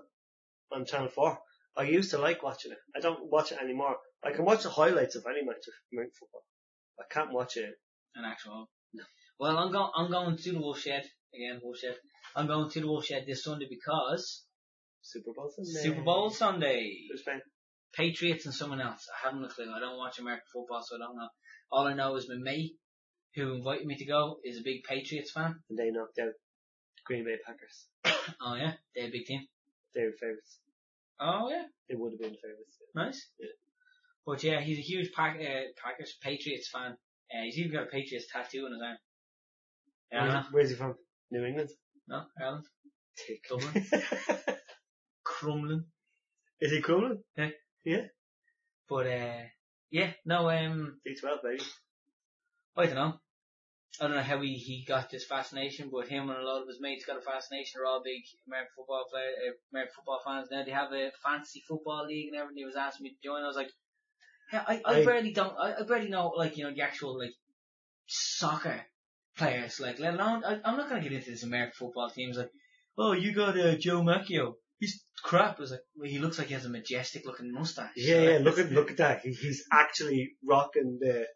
Speaker 2: on Channel Four. I used to like watching it. I don't watch it anymore. I can watch the highlights of any match of American football. I can't watch it.
Speaker 1: an actual. Well, I'm going. I'm going to the wolf shed again. Wolf shed. I'm going to the wolf shed this Sunday because
Speaker 2: Super Bowl Sunday.
Speaker 1: Super Bowl Sunday.
Speaker 2: Who's playing?
Speaker 1: Patriots and someone else. I haven't a clue. I don't watch American football, so I don't know. All I know is my mate who invited me to go is a big Patriots fan.
Speaker 2: And they knocked out Green Bay Packers.
Speaker 1: Oh yeah, they're a big team.
Speaker 2: They were favourites.
Speaker 1: Oh yeah,
Speaker 2: They would have been favourites.
Speaker 1: nice.
Speaker 2: Yeah.
Speaker 1: But yeah, he's a huge Pack, uh, Packers Patriots fan. Uh, he's even got a Patriots tattoo on his arm. Yeah, I
Speaker 2: Where's,
Speaker 1: know.
Speaker 2: where's he from? New England.
Speaker 1: no, Ireland,
Speaker 2: Tick.
Speaker 1: Dublin, Crumlin.
Speaker 2: is he cool?
Speaker 1: But uh, yeah, no, um,
Speaker 2: D12 baby.
Speaker 1: I don't know. I don't know how he, he got this fascination, but him and a lot of his mates got a fascination. They're all big American football player, uh, American football fans now. They have a fantasy football league and everything. He was asking me to join. I was like, yeah, I, I
Speaker 2: Hey.
Speaker 1: barely don't, I, I barely know, like, you know, the actual, like, soccer players, like, let alone, I, I'm not going to get into this American football team. He's like, oh, you got uh, Joe Macchio. He's crap. I was like, well, he looks like he has a majestic looking mustache.
Speaker 2: Yeah, yeah. Look at look at that. He, he's actually rocking the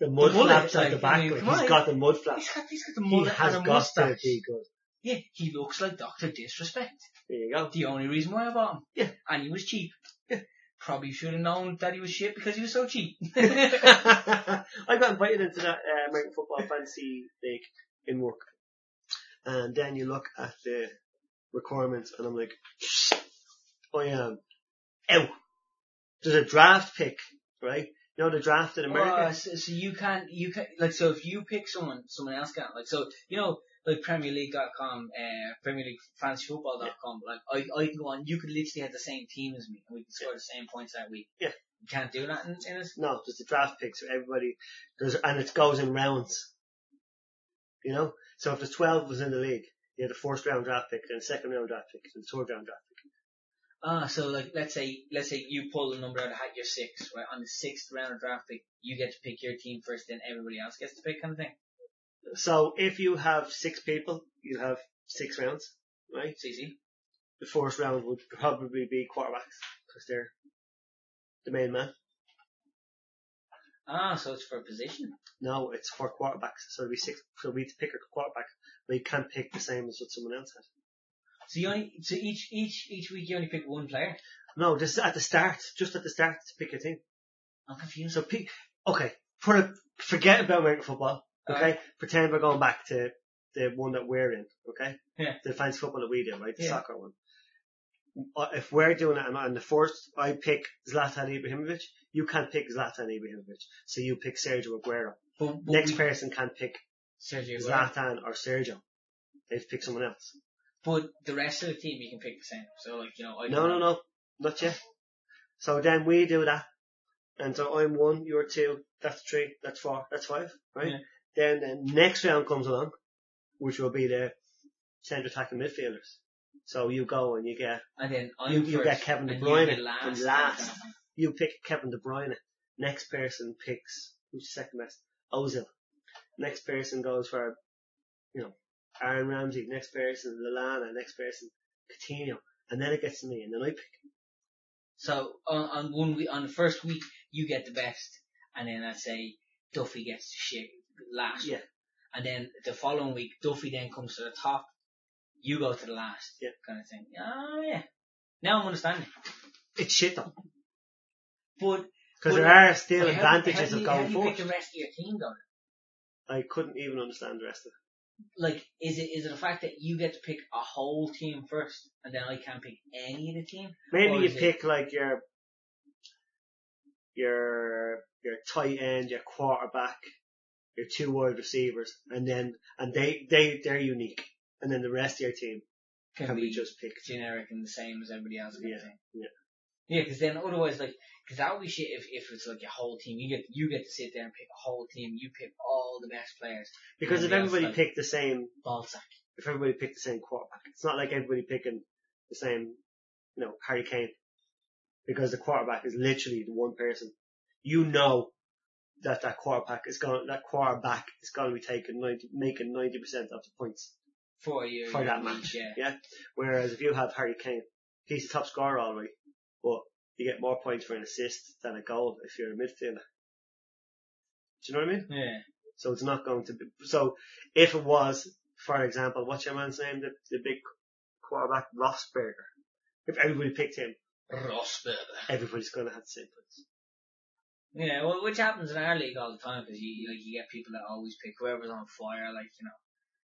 Speaker 2: the mud
Speaker 1: mullet,
Speaker 2: flaps at
Speaker 1: like,
Speaker 2: the
Speaker 1: I
Speaker 2: back.
Speaker 1: mean,
Speaker 2: Like,
Speaker 1: come
Speaker 2: he's
Speaker 1: on.
Speaker 2: got the mud
Speaker 1: He's
Speaker 2: flaps.
Speaker 1: got, he's got the
Speaker 2: He
Speaker 1: mullet
Speaker 2: has
Speaker 1: and a
Speaker 2: got to
Speaker 1: mustache.
Speaker 2: be good.
Speaker 1: Yeah, he looks like Doctor Disrespect.
Speaker 2: There you go.
Speaker 1: The only reason why I bought him.
Speaker 2: Yeah.
Speaker 1: And he was cheap. Probably should have known that he was shit because he was so cheap.
Speaker 2: I got invited into that uh, American football fantasy league in work, and then you look at the requirements, and I'm like, I am out. There's a draft pick, right? You know the draft in America.
Speaker 1: Uh, so, so you can't, you can like, so if you pick someone, someone else can't. Like, so, you know, like Premier League.com, uh, Premier League Fantasy Football.com, like, I, I can go on, you could literally have the same team as me and we can score the same points that week.
Speaker 2: Yeah.
Speaker 1: You can't do that in, in this.
Speaker 2: No, there's the draft picks. So everybody, there's, and it goes in rounds. You know? So if there's 12 was in the league, you had a first round draft pick, then a second round draft pick, then a third round draft pick.
Speaker 1: Ah, so like, let's say, let's say you pull a number out of the hat, you're six, right? On the sixth round of draft pick, you get to pick your team first, then everybody else gets to pick kind of thing.
Speaker 2: So if you have six people, you have six rounds, right?
Speaker 1: It's easy.
Speaker 2: The first round would probably be quarterbacks, because they're the main man.
Speaker 1: Ah, so it's for position.
Speaker 2: No, it's for quarterbacks. So it'd be six, so we'd pick a quarterback, but you can't pick the same as what someone else had.
Speaker 1: So you only so each each each week you only pick one player.
Speaker 2: No, this is at the start, just at the start to pick a team.
Speaker 1: I'm confused.
Speaker 2: So, Pete, okay, put a, forget about American football, okay? Pretend we're going back to the one that we're in, okay?
Speaker 1: Yeah.
Speaker 2: The fancy football that we do, right? The
Speaker 1: Yeah.
Speaker 2: soccer one. Uh, If we're doing it, and on the first, I pick Zlatan Ibrahimovic, you can't pick Zlatan Ibrahimovic, so you pick Sergio Aguero.
Speaker 1: But, but
Speaker 2: Next
Speaker 1: we,
Speaker 2: person can't pick
Speaker 1: Sergio Aguero.
Speaker 2: Zlatan or Sergio. They've picked someone else.
Speaker 1: But the rest of the team you can pick the same. So like you know, I
Speaker 2: No, no, no, not yet. So then we do that, and so I'm one, you're two, that's three, that's four, that's five, right?
Speaker 1: Yeah.
Speaker 2: Then the next round comes along, which will be the centre attacking midfielders. So you go and you get
Speaker 1: And then I'm
Speaker 2: You-
Speaker 1: first.
Speaker 2: you get Kevin De
Speaker 1: and
Speaker 2: Bruyne
Speaker 1: you get
Speaker 2: and
Speaker 1: last.
Speaker 2: last. you pick Kevin De Bruyne. Next person picks who's second best, Ozil. Next person goes for, you know, Aaron Ramsey. Next person, Lallana. Next person, Coutinho. And then it gets to me, and then I pick.
Speaker 1: So on, on one week, on the first week, you get the best, and then I say Duffy gets the shit last.
Speaker 2: Yeah.
Speaker 1: And then the following week, Duffy then comes to the top. You go to the last.
Speaker 2: Yeah.
Speaker 1: Kind of thing. Oh yeah. Now I'm understanding.
Speaker 2: It's shit though,
Speaker 1: But
Speaker 2: because
Speaker 1: Well,
Speaker 2: there are still
Speaker 1: but how do you-
Speaker 2: advantages
Speaker 1: how do
Speaker 2: of
Speaker 1: you- how
Speaker 2: going
Speaker 1: do you
Speaker 2: forward.
Speaker 1: pick the rest of your team though?
Speaker 2: I couldn't even understand the rest of
Speaker 1: Like, is it is it the fact that you get to pick a whole team first, and then I can't pick any of the team?
Speaker 2: it. Maybe
Speaker 1: Or
Speaker 2: you
Speaker 1: is it-
Speaker 2: pick like your your your tight end, your quarterback, your two wide receivers, and then and they they they're unique, and then the rest of your team
Speaker 1: Can,
Speaker 2: can
Speaker 1: we
Speaker 2: be
Speaker 1: just
Speaker 2: just picked.
Speaker 1: generic and the same as everybody else? kind of
Speaker 2: Yeah,
Speaker 1: thing?
Speaker 2: yeah.
Speaker 1: Yeah, because then otherwise, like, because that would be shit if, if it's like your whole team. You get you get to sit there and pick a whole team. You pick all the best players.
Speaker 2: Because if
Speaker 1: Everybody else
Speaker 2: everybody
Speaker 1: like-
Speaker 2: picked the same,
Speaker 1: Ballsack.
Speaker 2: if everybody picked the same quarterback, it's not like everybody picking the same, you know, Harry Kane, because the quarterback is literally the one person. You know that that quarterback is going, that quarterback is going to be taking ninety, making ninety percent of the points
Speaker 1: for you
Speaker 2: for
Speaker 1: your
Speaker 2: that
Speaker 1: week,
Speaker 2: match.
Speaker 1: Yeah.
Speaker 2: Whereas if you have Harry Kane, he's the top scorer already, but you get more points for an assist than a goal if you're a midfielder. Do you know what I mean?
Speaker 1: Yeah.
Speaker 2: So it's not going to be. So if it was, for example, what's your man's name? The, the big quarterback, Rossberger. If everybody picked him,
Speaker 1: Rosberg.
Speaker 2: everybody's going to have the same points.
Speaker 1: Yeah, well, which happens in our league all the time because you like you get people that always pick whoever's on fire. Like you know,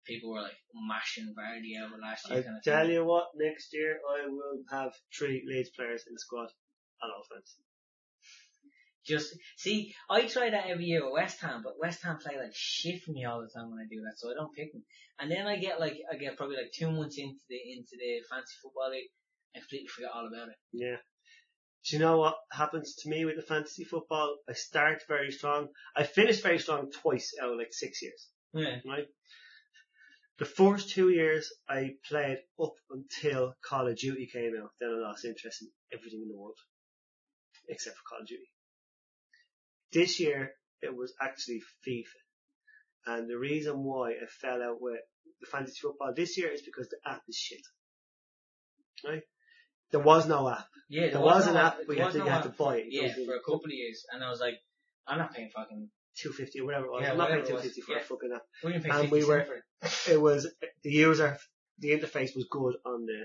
Speaker 1: people were like mashing Vardy over last year. kind
Speaker 2: I
Speaker 1: of
Speaker 2: tell
Speaker 1: thing.
Speaker 2: you what, next year I will have three Leeds players in the squad on offense.
Speaker 1: Just see, I try that every year with West Ham, but West Ham play like shit for me all the time when I do that, so I don't pick them. And then I get like I get probably like two months into the into the fancy football league, I completely forget all about it.
Speaker 2: Yeah. Do you know what happens to me with the fantasy football? I start very strong. I finished very strong twice out of like six years.
Speaker 1: Yeah,
Speaker 2: right? The first two years I played up until Call of Duty came out. Then I lost interest in everything in the world except for Call of Duty. This year it was actually FIFA, and the reason why I fell out with the fantasy football this year is because the app is shit. Right? There was no app.
Speaker 1: yeah.
Speaker 2: There, was,
Speaker 1: no
Speaker 2: an app,
Speaker 1: there
Speaker 2: but you had
Speaker 1: was
Speaker 2: to,
Speaker 1: no
Speaker 2: you had
Speaker 1: app.
Speaker 2: to buy it.
Speaker 1: Yeah, for a couple of years, and I was like, I'm not paying fucking.
Speaker 2: Two fifty or whatever it was.
Speaker 1: Yeah,
Speaker 2: I'm not paying
Speaker 1: whatever it
Speaker 2: two
Speaker 1: was.
Speaker 2: fifty for
Speaker 1: Yeah.
Speaker 2: a fucking app.
Speaker 1: We didn't pay
Speaker 2: And
Speaker 1: 50
Speaker 2: we were-
Speaker 1: cent for it.
Speaker 2: it was the user the interface was good on the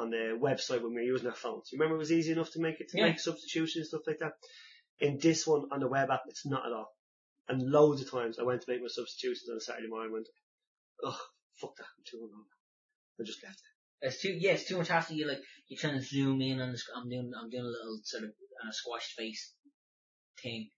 Speaker 2: on the website when we were using our phones. You remember it was easy enough to make it to
Speaker 1: Yeah.
Speaker 2: make substitutions and stuff like that. In this one on the web app, it's not at all. And loads of times I went to make my substitutions on a Saturday morning. Went, oh fuck that, I'm too long. I just left.
Speaker 1: It's too yeah, it's too much hassle. You like you're trying to zoom in on the. sc- I'm doing I'm doing a little sort of uh, squashed face thing,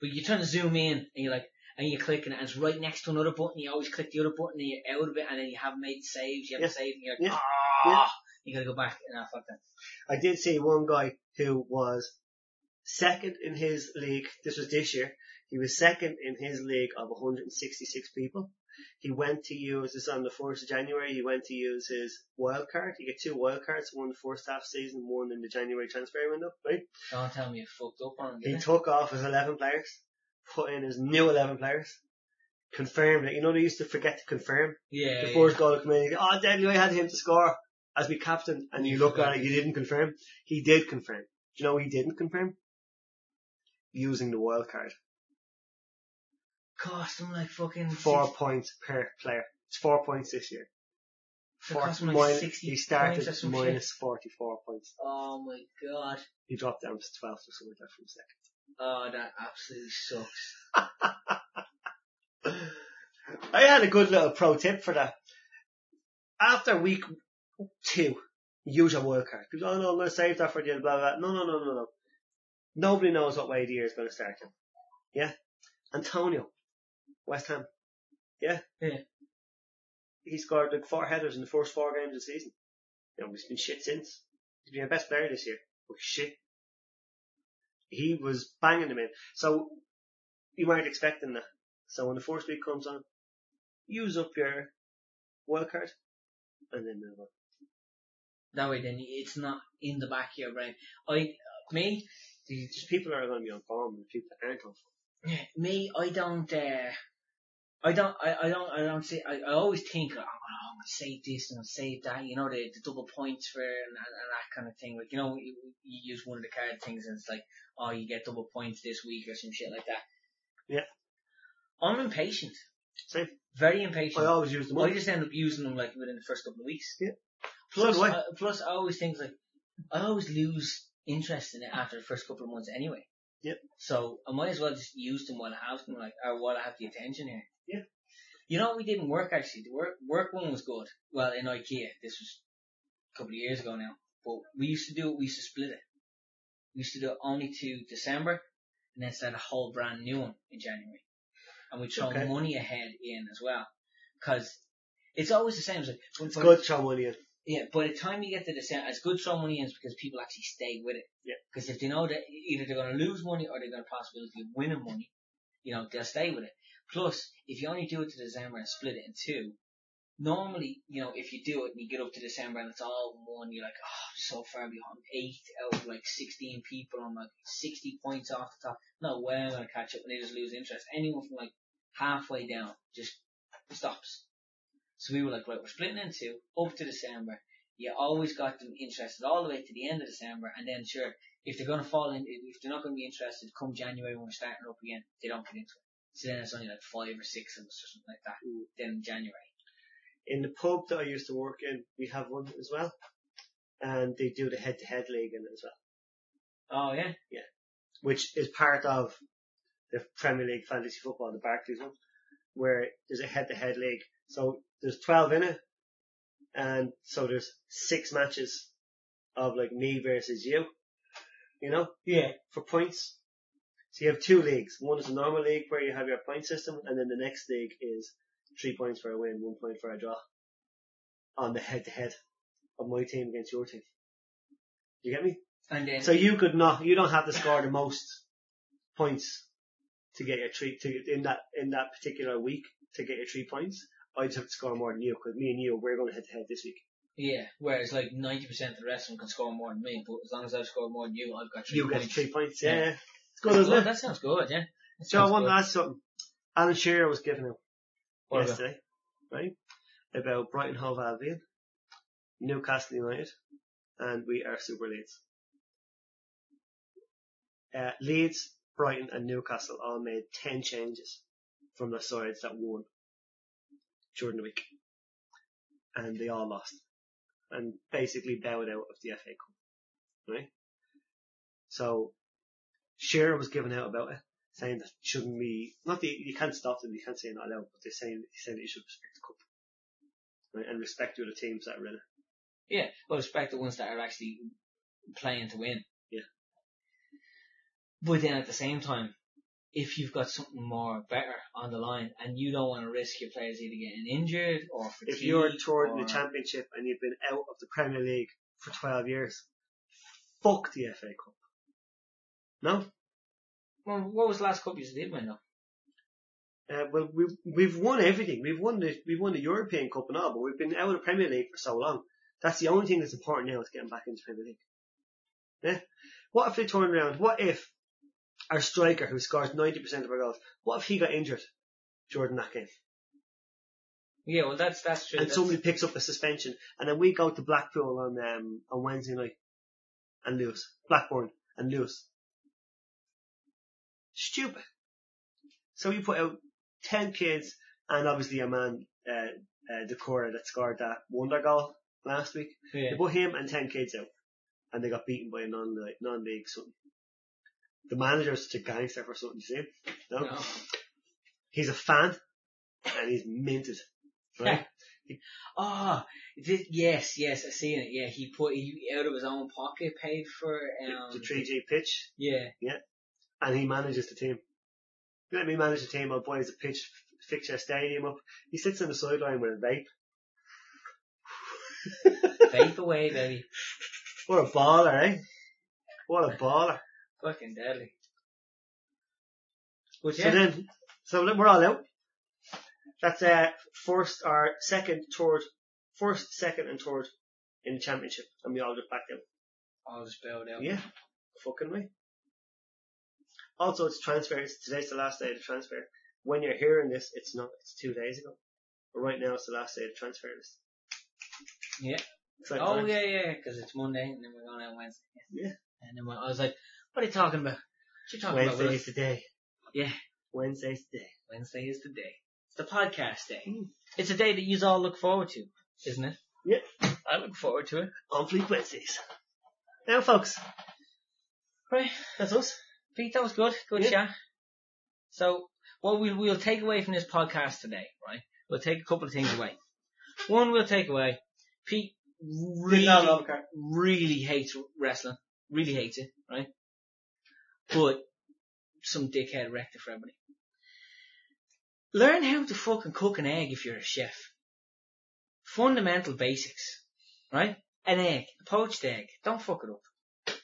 Speaker 1: but you're trying to zoom in and you're like and you're clicking it and it's right next to another button. You always click the other button and you're out of it and then you haven't made saves. You haven't saved and you're like
Speaker 2: Yeah.
Speaker 1: ah,
Speaker 2: Yeah.
Speaker 1: you gotta go back and I fuck that.
Speaker 2: I did see one guy who was second in his league. This was this year. He was second in his league of 166 people. He went to use this on the 4th of January. He went to use his wild card. You get two wild cards, one the first half season, one in the January transfer window, right?
Speaker 1: Don't tell me you fucked up on
Speaker 2: He
Speaker 1: it.
Speaker 2: took off his 11 players, put in his new 11 players, confirmed it. You know, they used to forget to confirm.
Speaker 1: Yeah.
Speaker 2: The
Speaker 1: yeah.
Speaker 2: first goal came in, you go, oh, deadly, I had him to score as we captain. And you
Speaker 1: You
Speaker 2: look at
Speaker 1: forgot.
Speaker 2: it, you didn't confirm. He did confirm. Do you know what he didn't confirm? Using the wild card.
Speaker 1: cost him like fucking
Speaker 2: Four
Speaker 1: six-
Speaker 2: points per player. It's four points this year.
Speaker 1: it
Speaker 2: Four,
Speaker 1: cost him like
Speaker 2: minus-
Speaker 1: 60
Speaker 2: he
Speaker 1: points
Speaker 2: started
Speaker 1: or some shit.
Speaker 2: minus 44 points.
Speaker 1: Oh my god.
Speaker 2: He dropped down to 12th or something like that from second.
Speaker 1: Oh, that absolutely sucks.
Speaker 2: I had a good little pro tip for that. After week two, use your wild card. People, oh no, I'm going to save that for the blah, blah, blah. No, no, no, no, no. Nobody knows what way the year is going to start him. Yeah? Antonio, West Ham. Yeah?
Speaker 1: Yeah.
Speaker 2: He scored like four headers in the first four games of the season. You know, he's been shit since. He's been our best player this year. But shit. He was banging them in. So, you weren't expecting that. So when the first week comes on, use up your wild card and then uh, move on.
Speaker 1: That way, then it's not in the back of your brain. I, me,
Speaker 2: These people are going to be on form and people that aren't on form.
Speaker 1: Yeah, me, I don't, uh, I don't, I, I don't, I don't see, I, I always think, oh, I'm gonna save this and I'll save that, you know, the, the double points for, and, and, and that kind of thing. Like, you know, you, you use one of the card things and it's like, oh, you get double points this week or some shit like that.
Speaker 2: Yeah.
Speaker 1: I'm impatient.
Speaker 2: Same.
Speaker 1: Very impatient.
Speaker 2: I always use them.
Speaker 1: I
Speaker 2: up.
Speaker 1: just end up using them like within the first couple of weeks.
Speaker 2: Yeah.
Speaker 1: Plus,
Speaker 2: So do I.
Speaker 1: I, plus I always think like I always lose interest in it after the first couple of months anyway.
Speaker 2: Yep.
Speaker 1: So I might as well just use them while I have them, like or while I have the attention here.
Speaker 2: Yeah.
Speaker 1: You know, we didn't work actually. The work work one was good. Well, in IKEA, this was a couple of years ago now. But we used to do it. We used to split it. We used to do it only to December, and then start a whole brand new one in January. And we throw
Speaker 2: Okay.
Speaker 1: money ahead in as well, because it's always the same. It's, like, when-
Speaker 2: It's
Speaker 1: when-
Speaker 2: good, Sean William.
Speaker 1: yeah, by the time you get to the December, it's good throwing money in is because people actually stay with it.
Speaker 2: Yeah.
Speaker 1: Because if they know that either they're going to lose money or they're going to possibility of winning money, you know, they'll stay with it. Plus, if you only do it to December and split it in two, normally, you know, if you do it and you get up to December and it's all one, you're like, oh, I'm so far behind. Eight out of like 16 people. I'm like 60 points off the top. No way I'm going to catch up. And they just lose interest. Anyone from like halfway down just stops. So we were like, right, we're splitting in two up to December. You always got them interested all the way to the end of December, and then sure, if they're going to fall in, if they're not going to be interested come January when we're starting up again, they don't get into it. So then it's only like five or six of us or something like that.
Speaker 2: Mm.
Speaker 1: Then in January.
Speaker 2: in the pub that I used to work in, we have one as well. And they do the head to head league in it as
Speaker 1: Oh
Speaker 2: well,
Speaker 1: yeah.
Speaker 2: which is part of the Premier League fantasy football, the Barclays one, where there's a head to head league. So there's 12 in it. And so there's six matches of like me versus you, you know,
Speaker 1: Yeah.
Speaker 2: for points. So you have two leagues. One is a normal league where you have your point system and then the next league is three points for a win, one point for a draw on the head to head of my team against your team. You get me?
Speaker 1: And then
Speaker 2: So you could not, you don't have to score the most points to get your three, to, in that, in that particular week to get your three points. I'd have to score more than you because me and you, we're going head to head this week.
Speaker 1: yeah, whereas like ninety percent of the rest of them can score more than me, but as long as I've scored more than you, I've got three
Speaker 2: You get
Speaker 1: points.
Speaker 2: three points.
Speaker 1: Yeah.
Speaker 2: Yeah. It's good, isn't
Speaker 1: Well,
Speaker 2: it?
Speaker 1: that sounds good. Yeah. That
Speaker 2: So I
Speaker 1: sounds
Speaker 2: want
Speaker 1: good.
Speaker 2: to ask something. Alan Shearer was giving him
Speaker 1: What about-
Speaker 2: yesterday, right? About Brighton Hove Albion, Newcastle United, and we are Super Leeds. Uh, Leeds, Brighton, and Newcastle all made 10 changes from the sides that won during the week. And they all lost. And basically bowed out of the FA Cup. Right? So, Shearer was given out about it, saying that shouldn't be, not the, you can't stop them, you can't say not allowed, but they're saying, he said that you should respect the cup. Right? And respect the other teams that are in it.
Speaker 1: Yeah, well, respect the ones that are actually playing to win.
Speaker 2: Yeah.
Speaker 1: But then at the same time, if you've got something more better on the line and you don't want to risk your players either getting injured or
Speaker 2: if
Speaker 1: fatigued
Speaker 2: you're toured in
Speaker 1: or,
Speaker 2: the championship and you've been out of the Premier League for 12 years, fuck the FA Cup. No?
Speaker 1: Well, what was the last cup you did win though?
Speaker 2: Uh, well, we, we've won everything. We've won the, we've won the European Cup and all, but we've been out of the Premier League for so long. That's the only thing that's important now is getting back into Premier League. Yeah? What if they turn around? What if our striker who scores 90% of our goals, what if he got injured during that game?
Speaker 1: Yeah, well, that's that's true.
Speaker 2: and
Speaker 1: that's-
Speaker 2: somebody picks up a suspension, and then we go to Blackpool on um, on Wednesday night and lose Blackburn and lose. Stupid. So you put out ten kids, and obviously a man, uh, uh, Decora that scored that wonder goal last week.
Speaker 1: yeah.
Speaker 2: They put him and ten kids out, and they got beaten by a non non league something. The manager's to gangster for something, you see? No?
Speaker 1: No.
Speaker 2: He's a fan, and he's minted. Right?
Speaker 1: Ah, oh, yes, yes, I seen it. Yeah, he put he out of his own pocket paid for um
Speaker 2: the 3G pitch,
Speaker 1: yeah
Speaker 2: and he manages the team. He Let me manage the team. I'll buy us a pitch, fix our stadium up. He sits on the sideline with a vape
Speaker 1: vape away, baby,
Speaker 2: What a baller, eh? What a baller.
Speaker 1: fucking deadly. But
Speaker 2: So
Speaker 1: yeah,
Speaker 2: then, so look, we're all out. That's uh, first or second, third, first, second, and third in the championship, and we all get back down.
Speaker 1: I'll just bail out.
Speaker 2: Yeah, fucking way. Also, it's transfer. It's, today's the last day of the transfer. When you're hearing this, it's not. It's two days ago. But right now, it's the last day of the transfer list.
Speaker 1: Yeah.
Speaker 2: It's like,
Speaker 1: Oh
Speaker 2: right,
Speaker 1: yeah, yeah, because it's Monday and then we're going out Wednesday.
Speaker 2: Yeah.
Speaker 1: And then when- I was like, what are you talking about? What you talking about? Willis?
Speaker 2: Wednesday's the day.
Speaker 1: Yeah.
Speaker 2: Wednesday's the day.
Speaker 1: Wednesday is the day. It's the podcast day.
Speaker 2: Mm.
Speaker 1: It's a day that you all look forward to, isn't it?
Speaker 2: Yeah.
Speaker 1: I look forward to it.
Speaker 2: On Fleet Wednesdays. Now, folks.
Speaker 1: Right.
Speaker 2: That's us.
Speaker 1: Pete, that was good. Good
Speaker 2: Yeah.
Speaker 1: chat. So, what we, we'll take away from this podcast today, right? We'll take a couple of things away. One we'll take away. Pete really, really hates wrestling. Really hates it, right? But some dickhead wrecked it for everybody. Learn how to fucking cook an egg if you're a chef. Fundamental basics, right? An egg, a poached egg. Don't fuck it up.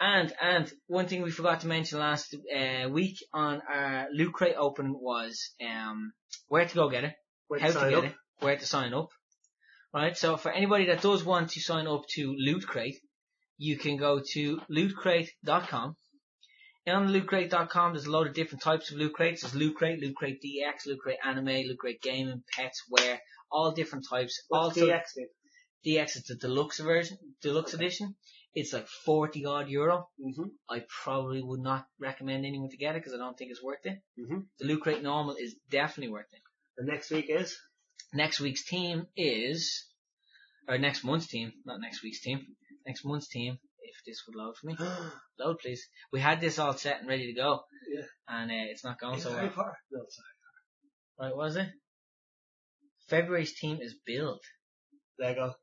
Speaker 1: And and one thing we forgot to mention last uh, week on our loot crate open was um where to go get it,
Speaker 2: Where to
Speaker 1: how to
Speaker 2: sign
Speaker 1: get
Speaker 2: up.
Speaker 1: it, where to sign up. Right. So for anybody that does want to sign up to loot crate, you can go to lootcrate.com. And on lootcrate.com, there's a lot of different types of loot crates. There's loot crate, loot crate DX, loot crate anime, loot crate gaming, pets, wear, all different types. all
Speaker 2: What's
Speaker 1: also,
Speaker 2: DX mean?
Speaker 1: DX is the deluxe version, deluxe edition. It's like 40 odd euro.
Speaker 2: Mm-hmm.
Speaker 1: I probably would not recommend anyone to get it because I don't think it's worth it.
Speaker 2: Mhm.
Speaker 1: The Loot Crate Normal is definitely worth it.
Speaker 2: The next week is
Speaker 1: Next week's team is, or next month's team, not next week's team, next month's team, if this would load for me. Load please. We had this all set and ready to go.
Speaker 2: Yeah.
Speaker 1: And uh, it's not going
Speaker 2: It's
Speaker 1: so
Speaker 2: Harry
Speaker 1: well.
Speaker 2: Potter. No, sorry.
Speaker 1: Right, was it? February's team is Build.
Speaker 2: Lego.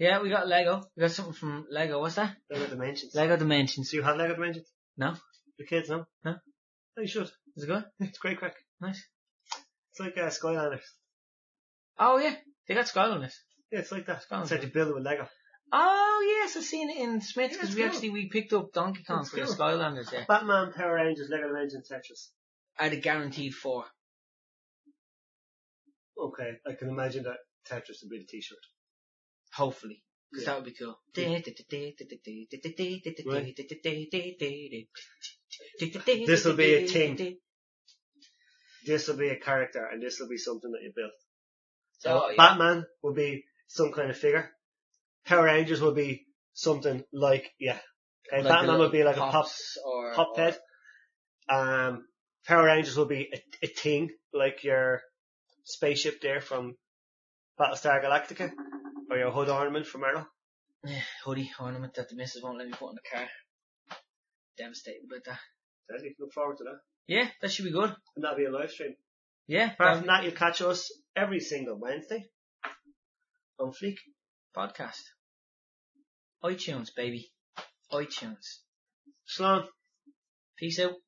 Speaker 1: Yeah, we got Lego. We got something from Lego. What's that?
Speaker 2: Lego Dimensions.
Speaker 1: Lego Dimensions.
Speaker 2: Do you have Lego Dimensions?
Speaker 1: No.
Speaker 2: Your kids, no?
Speaker 1: No.
Speaker 2: Oh, you should.
Speaker 1: Is it good?
Speaker 2: It's great crack.
Speaker 1: Nice.
Speaker 2: It's like uh, Skylanders.
Speaker 1: Oh yeah, they got Skylanders.
Speaker 2: Yeah, it's like that.
Speaker 1: Skylanders.
Speaker 2: It's like you build it with Lego.
Speaker 1: Oh yes, I've seen it in Smith
Speaker 2: Yeah,
Speaker 1: because
Speaker 2: it's
Speaker 1: we
Speaker 2: cool.
Speaker 1: actually we picked up Donkey Kong
Speaker 2: It's
Speaker 1: for the
Speaker 2: cool.
Speaker 1: Skylanders there.
Speaker 2: Batman, Power Rangers, Lego Dimensions, Tetris.
Speaker 1: I'd a guaranteed four.
Speaker 2: Okay, I can imagine that Tetris would be the t-shirt.
Speaker 1: Hopefully. Because
Speaker 2: Yeah.
Speaker 1: that would be cool.
Speaker 2: This will be a thing. This will be a character and this will be something that you built. So
Speaker 1: So, Oh, yeah.
Speaker 2: Batman will be some kind of figure. Power Rangers will be something like, yeah. Okay,
Speaker 1: Like
Speaker 2: Batman
Speaker 1: a
Speaker 2: will be like
Speaker 1: little
Speaker 2: a pop,
Speaker 1: pops or
Speaker 2: pop
Speaker 1: or-
Speaker 2: head. Um, Power Rangers will be a, a thing, like your spaceship there from Battlestar Galactica, or your hood ornament from Arrow.
Speaker 1: Eh, hoodie ornament that the missus won't let me put in the car. Devastated about that.
Speaker 2: Says you can look forward to that.
Speaker 1: Yeah, that should be good.
Speaker 2: And that'll be a live stream.
Speaker 1: Yeah,
Speaker 2: Apart
Speaker 1: that
Speaker 2: from that, you'll catch us every single Wednesday on Fleek.
Speaker 1: podcast. iTunes, baby. iTunes.
Speaker 2: Slán.
Speaker 1: Peace out.